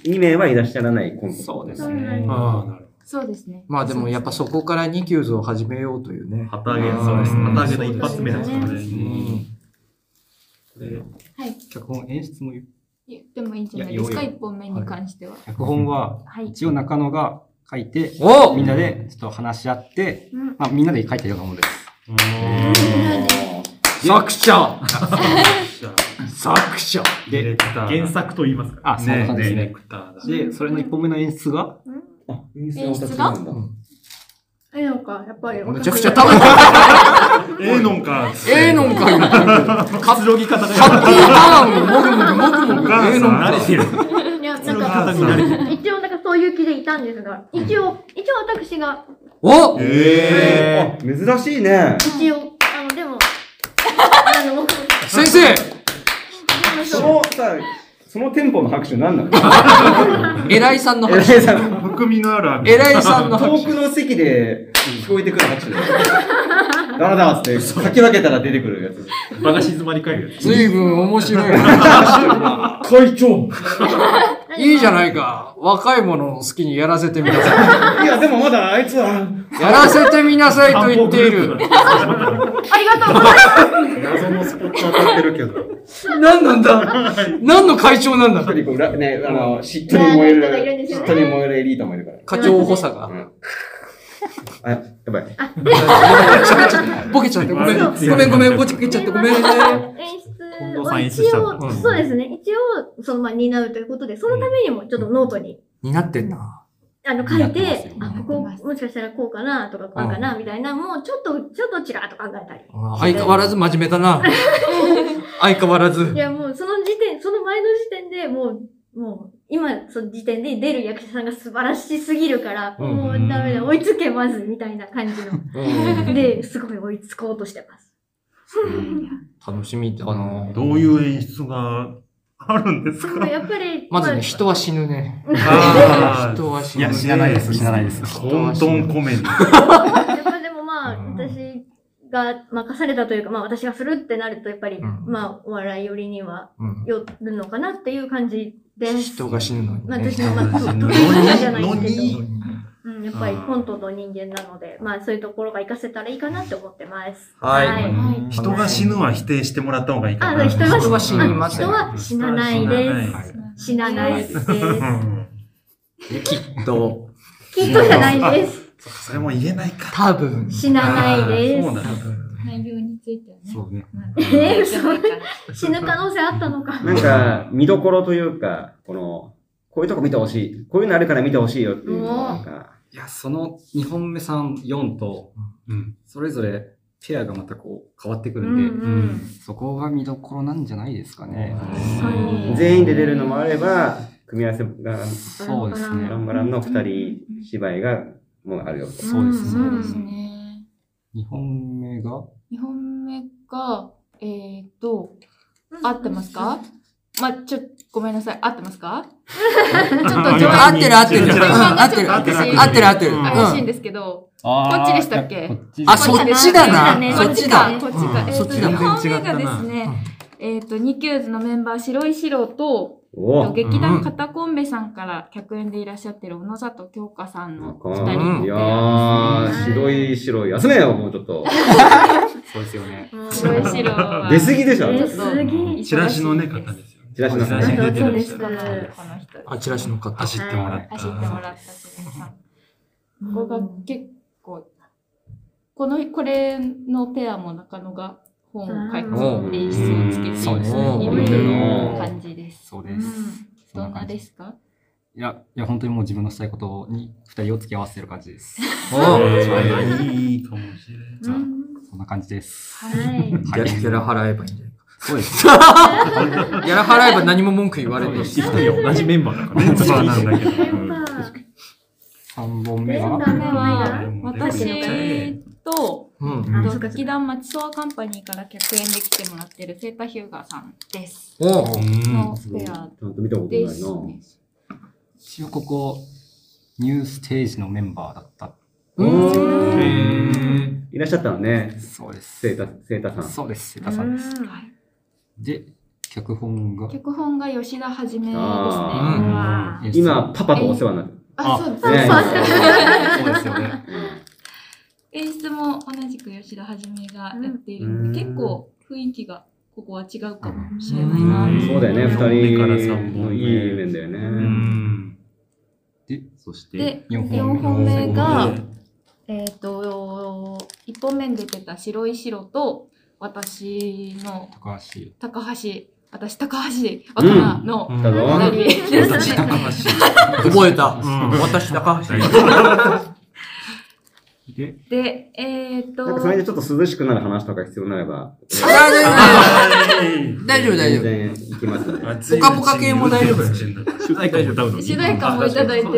2名はいらっしゃらないコント。
そうで
そ
す
うなん
ね
で。
ああ、なる
そうですね。
まあでも、やっぱそこからニキューズを始めようというね。
旗揚げ、そうです。
うん
旗揚げの一発目ですから
うん
ね。
はい。
脚本演出も言う。
言ってもいいんじゃないですか、一本目に関しては。
脚本は、
はい。
一応中野が書いて、
お
みんなでちょっと話し合って
うん、
まあみんなで書いたようなものです。
作者作者
ディレクター。
原作と言いますか。
あ、そんな感じです
ディレ
ね。
クターだ。
で、それの一本目の演出が、
演出が
ええのか、やっぱり。
めちゃくちゃ食べ た。
ええのんか。
ええのんかよ。
活動着方が
ハッピーターンももぐもぐも
お
ぐもぐ。
母
ええ
さ
のん
ん、
か
慣れてる。
いや、
そ
なん
の
か
方、に慣れてる。
一応、なんかそういう気でいたんですが、一応、一応私が、
お
え
あ珍しいね。
一応、あの、でも、あの、で
先 生
も
そ
そう
のさ、そのテンポの拍手何なの
偉いさんの
え
拍手。
らいさん、
え含みのある拍手
偉いさんの拍
遠 くの席で聞こえてくる拍手 だよ。ダラダラって、かき分けたら出てくるやつ。
場が静まり返るや
手。随分面白
会長
い。いいじゃないか。若い者を好きにやらせてみなさい。
いや、でもまだあいつは、
やらせてみなさいと言ってい
漢方
る
グ。ループ
ありがとうござい
謎のスポット当たってるけど。
何なんだ 何の会長なんだ
一人こう、らね、あの、嫉妬に燃え
いやなんかいるん
る、
ですよ
嫉
ね
妬に燃えるエリートもいるから。
課長補佐が
う。んあ、やばい。
喋っちゃった。ボケちゃって。ごめん。ごめん、ごめん。ボケちゃって。ごめんね。
ます。演
近
出
藤
を
さん演出し
一
た
応、そうですね、一応、その、まあ、担うということで、そのためにも、ちょっとノートに、
になってんな。
あの、書い
やって
て、
ま
あ、
すよ
ここ、もしかしたらこうかな、とか、こうかな、みたいな、もう、ちょっと、ちょっとちらっと考えたり。
相変わらず真面目だな。相変わらず
い。や、もう、その時点、その前の時点でもう、もう、今、その時点で出る役者さんが素晴らしすぎるから、
うん
もうダメだ、追いつけまず、みたいな感じの。で、すごい追いつこうとしてます。
楽しみだな。
どういう演出があるんですか
やっぱり、
まず
あ
ね、人は死ぬね。
あ
人は死
い
ぬ
や、。知らないです、知らないです。
混沌コメディ。
やっぱでもまあ、私が任されたというか、まあ私がするってなると、やっぱり、
うん
まあ、お笑い寄りには
うん
寄るのかなっていう感じです。
人が死ぬのに
まあ
ね
私。の、まあ、と得
の
意じゃない
の
ですけど、
に、
うん、やっぱりコントの人間なので、まあそういうところが活かせたらいいかなって思ってます。
はい
はい。
人が死ぬは否定してもらった方がいいかな。
あ人が
人は死にません
人。は死なないです。
はい
死なないです。きっ
うん
きっと、
とじゃないです。
そっかそれも言えないか。
多分。
死なないで
あーそうなんだ
内容についてはね。
そうね。
まあ
えー
じゃないか
す。
な
死ぬ可能性あったのか。
なんか、見どころというか、この、こういうとこ見てほしい。こういうのあるから見てほしいよっていうのがなんか、
いや、その2本目3、4と、
うん
それぞれペアがまたこう変わってく
う
る
んうん
で、
ん。
そこが見どころなんじゃないですかね。
確かに
全員で出るのもあれば、組み合わせが、
そうですね
ガンバランの二人芝居がもうあるよと。
そうです
そうですね。
2本目が
2本目が、えーっと、合ってますかまあ、ちょ、ごめんなさい、合ってますか ちょっと、ちょっと
合ってる合ってる
順番がちょと
合ってる合ってる合ってる合ってる
怪しいんですけど、
あー
こっちでしたっけ
あそっちだな
こっちか、こ
そ
っ
っ
ち
ちだ
か。えーっ
うん
と、2本
そっちだ
目がですね、えーっと、ニキューズのメンバー、白石郎と、
おー
えっと劇団片コンベさんから客演でいらっしゃってる小野里京香さんの
こ
2人
のいやー、白い白い、休めよ、もうちょっと。
そうですよね。
白い白は
出過ぎでしょ。
出過ぎ
チラシのね、方ですよね。
チラシの方
に出てらっし
こ
ゃ
の
る。
人
あ、チラシの方。走ってもらった。
走って もらった白井さん。ここが結構、この、これのペアも中野が本を書いて、演出をつけて
そうですね
いる感じです。
そうです
うんどんなですか
いや、いや、本当にもう自分のしたいことに二人を付き合わせてる感じです。
おー
はい
いいかもしれない
じゃあ、そんな感じです。
はい
ギャギャラ払えばいいんじゃないか。
そうです。
ギャラ払えば何も文句言われないし。
同じメンバーだからね
そうなんだけど。
三本目は、
目は、私と、
うん
あと劇団マチソワカンパニーから客演で来てもらってるセーターヒューガーさんです。
おう
のスペア
ちゃんと見たことない
で
な。
すね。
一応ここ、ニューステージのメンバーだった。
おーいらっしゃったのね。
そうです。
セータ、セータさん。
そうです、セータさんです。で、脚本が、
脚本が吉田はじめですね。
あ
は
ー今、パパとお世話になってる。
あ、そうそう
ね
そう
ですよね。
演出も同じく吉田はじめがやっているので、結構雰囲気がここは違うかもしれないなと。
そうだよね、
四本
二
目
人
から三本
の
目
いい面だよね。
で、そし
で、
四
4本目が、えっ、と、1本目に出てた白い白と、私の
高橋。
高橋、私高橋若菜の
うんだ
二
ぞ
人ですね
私高
橋覚えたうん私高
橋で、
で、えっ、
なん
と
かそれでちょっと涼しくなる話とか必要になれば。
大丈夫大丈
全
夫
然いきますので。
ぽかぽか系も大丈夫です。
主題歌も歌うの
主題歌もいただいて、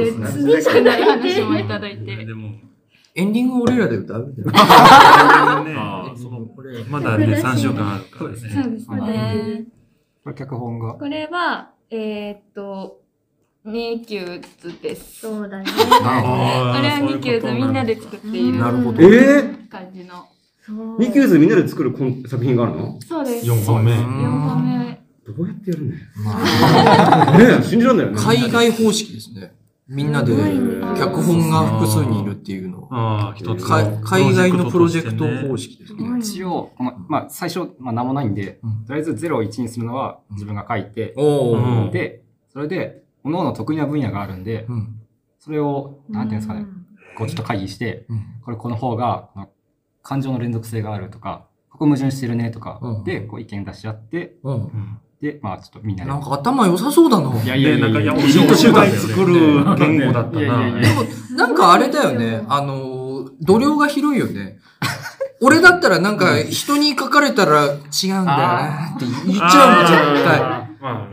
涼しくない話もいただいて。
エンディング俺らで歌うみたい
な。まだね、3週間あるからね。
そうですね。
これ脚本が、
これは、えーっと、ニーキューズです。
そうだね。
これ
あー
はニーキューズみんなで作っている
なるほど
感じの。
ニキューズみんなで作るコン作品があるの
そうです。
四本目
4本目。
どうやってやる んだよ。ねえ信じらんないよね。
海外方式ですね。みんなで脚本が複数にいるっていうの
は。
か海外のプロジェクト方式ですね。
一応、このまあ、最初、まあ、何もないんで、とりあえず0を1にするのは自分が書いて、
おー
で、それで、各々得意な分野があるんで、それを、なんていうんですかね、こうちょっと会議して、これこの方が、この感情の連続性があるとか、ここ矛盾してるねとか、で、こう意見出し合って、で、まあちょっとみんなで。
なんか頭良さそうだな。
いやいやいやいや、
で
いやいやいや
も、なんかあれだよね。あのー、度量が広いよ ね。俺だったらなんか人に書かれたら違うんだよなって言っちゃうもん、絶対。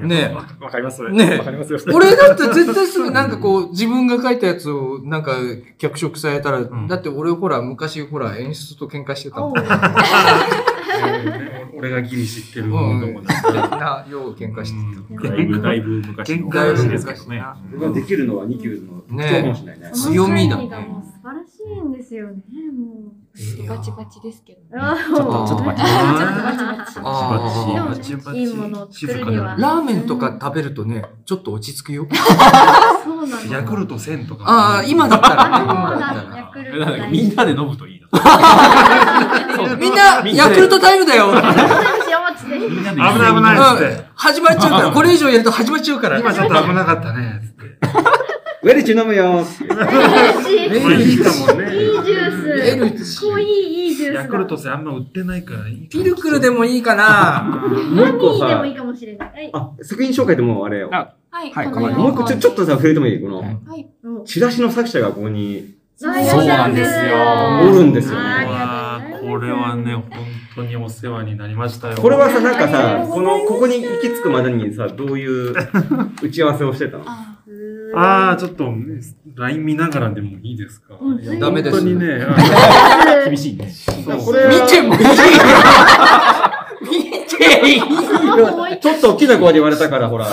ねえ。
わかります
ね
わかりますよ
え。俺だって絶対すぐなんかこう、自分が書いたやつをなんか脚色されたら、だって俺ほら、昔ほら、演出と喧嘩してたもん。
俺がギリ知ってる
うん
とこ
な、よう喧嘩して
た。だいぶ、だいぶ昔の話ですけどね。
僕ができるのはニキューズの特徴かもしれないね。
強みだ
この会議がもう素晴らしいんですよね、もう。
バチバチですけど
ち
ね。
ょっとちょっと待って
ちょっと
あ
バチバチ。でもねいいものを作るには。
ラーメンとか食べるとね、ちょっと落ち着くよ。
そうなんだ。
ヤクルト1000とか。
ああ、今だったらね。
ヤクル
えなんかみんなで飲むといいな。
みんな、ヤクルトタイムだよ。
みんな
危ない危ないっつって
うん始まっちゃうから、これ以上やると始まっちゃうから。
今ちょっと危なかったね。
ウェルチ飲むよ
こ れいいかもね。
いいジュース。濃いいいジュースだ。
ヤクルト1000あんま売ってな いからいい。
ピルクルでもいいかな。
もう一個
いいでも
さ
いい、かもしれない。はい。
あ、作品紹介でもうあれよ。
はい
はい
この
もう一個ちょちょっとさ、触れてもいいこの、
はい。
チラシの作者がここに
そうなんですよ
おるんですよね。
これはね、本当にお世話になりましたよ。
これはさ、なんかさ、この、ここに行き着くまでにさ、どういう打ち合わせをしてたの
ああ、ちょっと、ね、LINE 見ながらでもいいですか、
うん
いや
ダメです
本当にね、
厳
しいね。
これは見てもいいよ
見ていいよ
ちょっと大きな声で言われたから、ほら。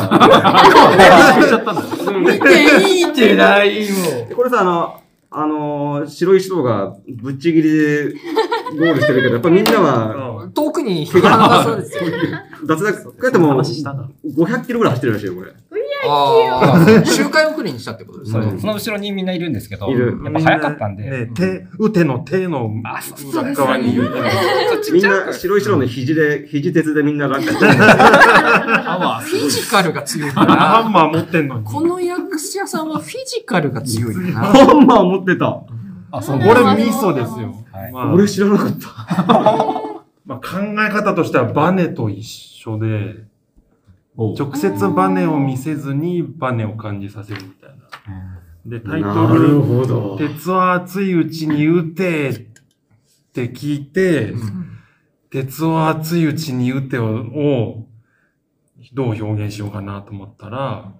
見ていいってないよ。
これさ、あの、あのー白石とがぶっちぎりでゴールしてるけど、やっぱみんなは、
遠くに
結
あーそうです
脱落、こうやっても、500キロぐらい走ってるらしいよ、これ。
ああ、周回遅れにしたってことです
そ
ね。
うその後ろにみんないるんですけど、
いる
やっぱ早かったんで。
ね、手、打ての手の、裏側に言う
みんな白石郎の肘で、肘鉄でみんな落下してる。
フィジカルが強いな。
ハン
マー持ってんのに。
この役者さんはフィジカルが強いな。
ハンマー持ってた。
あ、
そう
俺ミソですよ。。
俺知らなかった
まあ考え方としてはバネと一緒で、直接バネを見せずにバネを感じさせるみたいな。で、タイト
なるほ
ル
ど、
鉄は熱いうちに打てって聞いて、鉄は熱いうちに打てををどう表現しようかなと思ったら、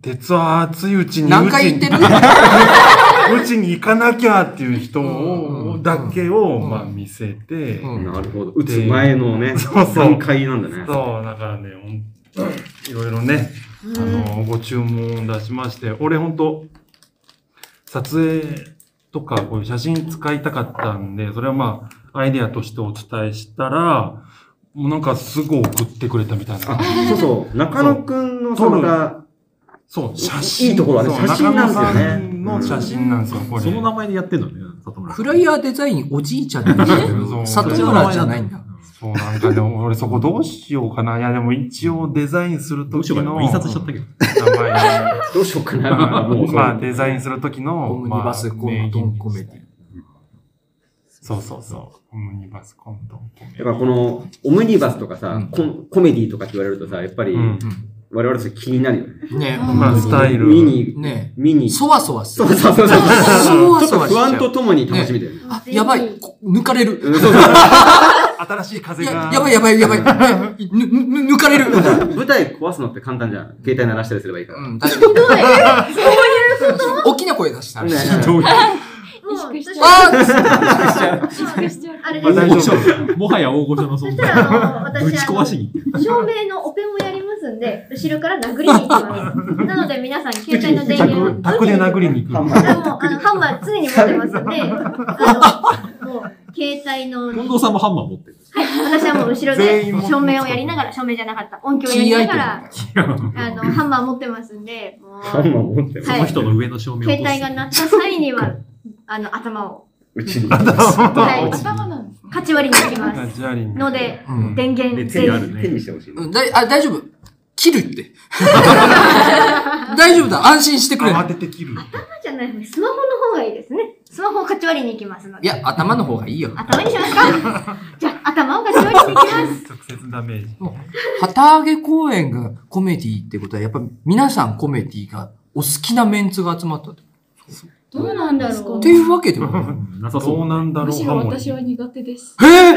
鉄は熱いうちに
何回言ってる
うちに行かなきゃっていう人を、だけを、まあ見せて。
なるほど。打つ前のね、
そうそう。
段階なんだね。
そう、だからね、ほんいろいろね、あの、ご注文を出しまして、俺ほんと、撮影とか、こういう写真使いたかったんで、それはまあ、アイデアとしてお伝えしたら、もうなんかすぐ送ってくれたみたいな。
そうそう。中野くんのそ
撮
の
る
ま
そう、写
いいいところはね
そう
写真なんですよね
中野さんの写真なんですよ、これ。
その名前でやってんのね、里村。
フライヤーデザインおじいちゃんっていう里村じゃないんだ。
そう、なんかでも俺そこどうしようかな。いやでも一応デザインするときの。
印刷しちゃったけ
ど。名前を
どうしようかな
まあ
もうそう
まあデザインするときの。
オムニバスコントンコメディ。
そうそうそう。オムニバスコント。
やっぱこの、オムニバスとかさ、コンコメディとかって言われるとさ、やっぱり、我々として気になるよね。
ねま
本
あ
当に
スタイル
見に、
ね
見に。
そわそわす
そ
る
うそうそう。そう
そわ
ちょ
そ
っと
わしち
不
ゃう
安とともに楽しみだよね。
あ、やばい。こ抜かれる。
新しい風
が
やばいやばいやば い。えぬ、ぬ、ぬ抜かれる。
舞台壊すのって簡単じゃん。携帯鳴らしたりすればいいから。うん、
確かに。大きな声出した。
ね
もう、意識しち
ゃう
ゃう。意識しちゃう。あれ
まあ
で
大
す
丈夫。もはや大御所の存在。ぶち壊しに。
照明のオペもやりますんで、後ろから殴りに行きます。なので皆さん、携帯の電源を。
タクで殴りに行く。
もうあのハンマー常に持ってますんで、あのもう、携帯の。
近藤さんもハンマー持ってる。
はい、私はもう後ろ
全
で
員持って
照明をやりながら、照明じゃなかった、音響をやりながら、あの、ハンマー持ってますんで、もう、
ハンマー持ってる
その人の上の照明を
携
落と
帯
す。
が鳴った際には、あの、頭を、
うちに。
はい、勝ち割りに行きます。ので、電源
手にあるね
手にしてほしい。
うん、だい、あ、大丈夫。切る って。大丈夫だ。安心してくれ。
慌てて切る。
頭じゃない、スマホの方がいいですね。スマホを勝ち割りに行きますので。
いや、頭の方がいいよ。
頭にしますか じゃあ、頭を勝ち割りに行きます。
直接ダメージ。
旗揚げ公演がコメディってことは、やっぱ皆さんコメディがお好きなメンツが集まったってこ
どうなんだろ
と
う。
っていうわけで はない。
なさそう。どうなんだろ
む
う、
し
ハ
ろ
ンマー。
私は苦手です。
え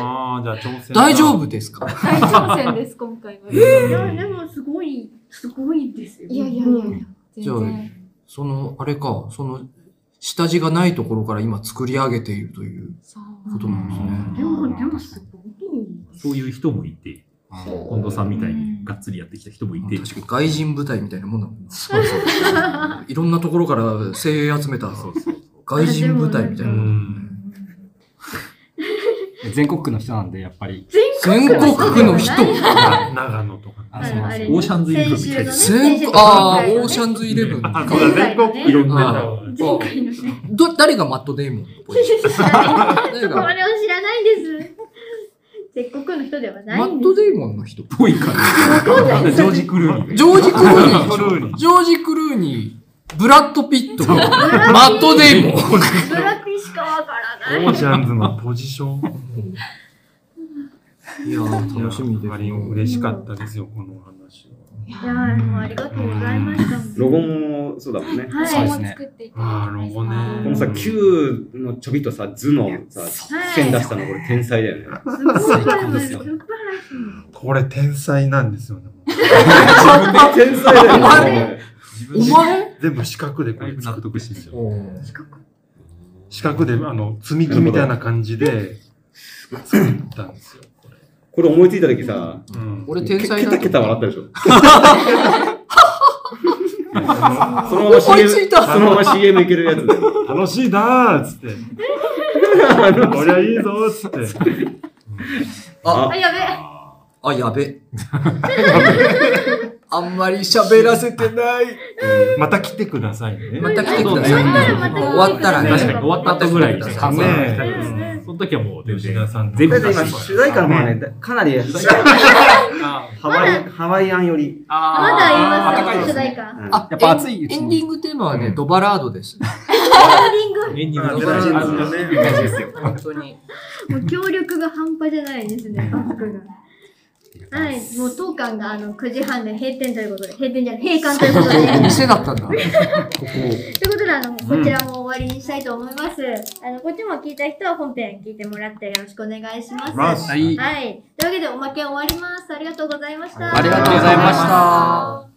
ああ、じゃあ挑戦だ。
大丈夫ですか
大挑戦です、今回は。
えーいや
でも、すごい、すごいですよ。
いやいやいやいや、全
じゃあ
然。、
その、あれか、その、下地がないところから今作り上げているということなんですね。
でも、でも、すごい。
そういう人もいて、近藤さんみたいにがっつりやってきた人もいて。
確かに外人舞台みたいなもんだもんねいろんなところから精鋭集めた外人舞台みたいなもん。
全国区の人なんで、やっぱり。
全国区の人
な長野とか。
あそうなんです
オーシャンズイレブンみたいな。
全国、ああ、オーシャンズイレブン。
あ、そうだ、全国いろんな。
前回のね。
ど、誰がマットデイモン
知らない。そこまでは知らないです。絶国の人ではない
マ
ん
ッ
です
ト。デイモンの人っ
ぽいか
な
ジョージ・クルーニー。
ジョージ・クルーニー。ジョージ・クルーニー、ブラッド・ピット、マット・デイモン。
ブラピしかわからない。
オーシャンズのポジション。
いやー、楽しみです。
嬉しかったですよ、この話は。
い
いやーもうありがとうございました。
ロゴもそうだもんね。
はいそうですねロゴも作っていただきました
あロゴね。このさ、Q のちょびっとさ、図のさ、線出したの、これ天才だよね。
すごい
最高
で
ですす
よ
よ。
これ天才なんですよね。
自分で天才だよね
自分で
お前
全部四角で これ納得してるんですよ。四角で、あの、積み木みたいな感じで作ったんですよ。
これ思いついた時さ、
俺天才だ
ケタケタ笑っ たでしょ。その
思
まま
い
CM、
ついた
そのまま CM いけるやつだよ。
楽しいなーっつって。こりゃいいぞーっつって。
あ
あ、やべえ。
あ、やべ。 あんまり喋らせてない。
また来てくださいね。
また来てくださいね
そうね
終わったらね
確かに終わった後ぐらいに
ね
ね。
え
その時はもう全然、
全
全
部
部
今、主題歌の方はね、かなり、ハワイ、ハワイアンより。
まだ言いますよ、主題歌。エン
あ、やっぱ暑い。エンディングテーマはね、ドバラードです。
ディング。
エンディン
グ
ドバラード
ド
大事ですよ。本当に。
もう協力が半端じゃないですね、バスクが。はい、もう当館があの9時半で閉店ということで、閉店じゃない、閉館ということで。
そう店だったんだ。ここ。
ということで、あの、こちらも終わりにしたいと思います。あの、こっちも聞いた人は本編聞いてもらってよろしくお願いします。
ます
はい。というわけで、おまけ終わります。ありがとうございました。
ありがとうございました。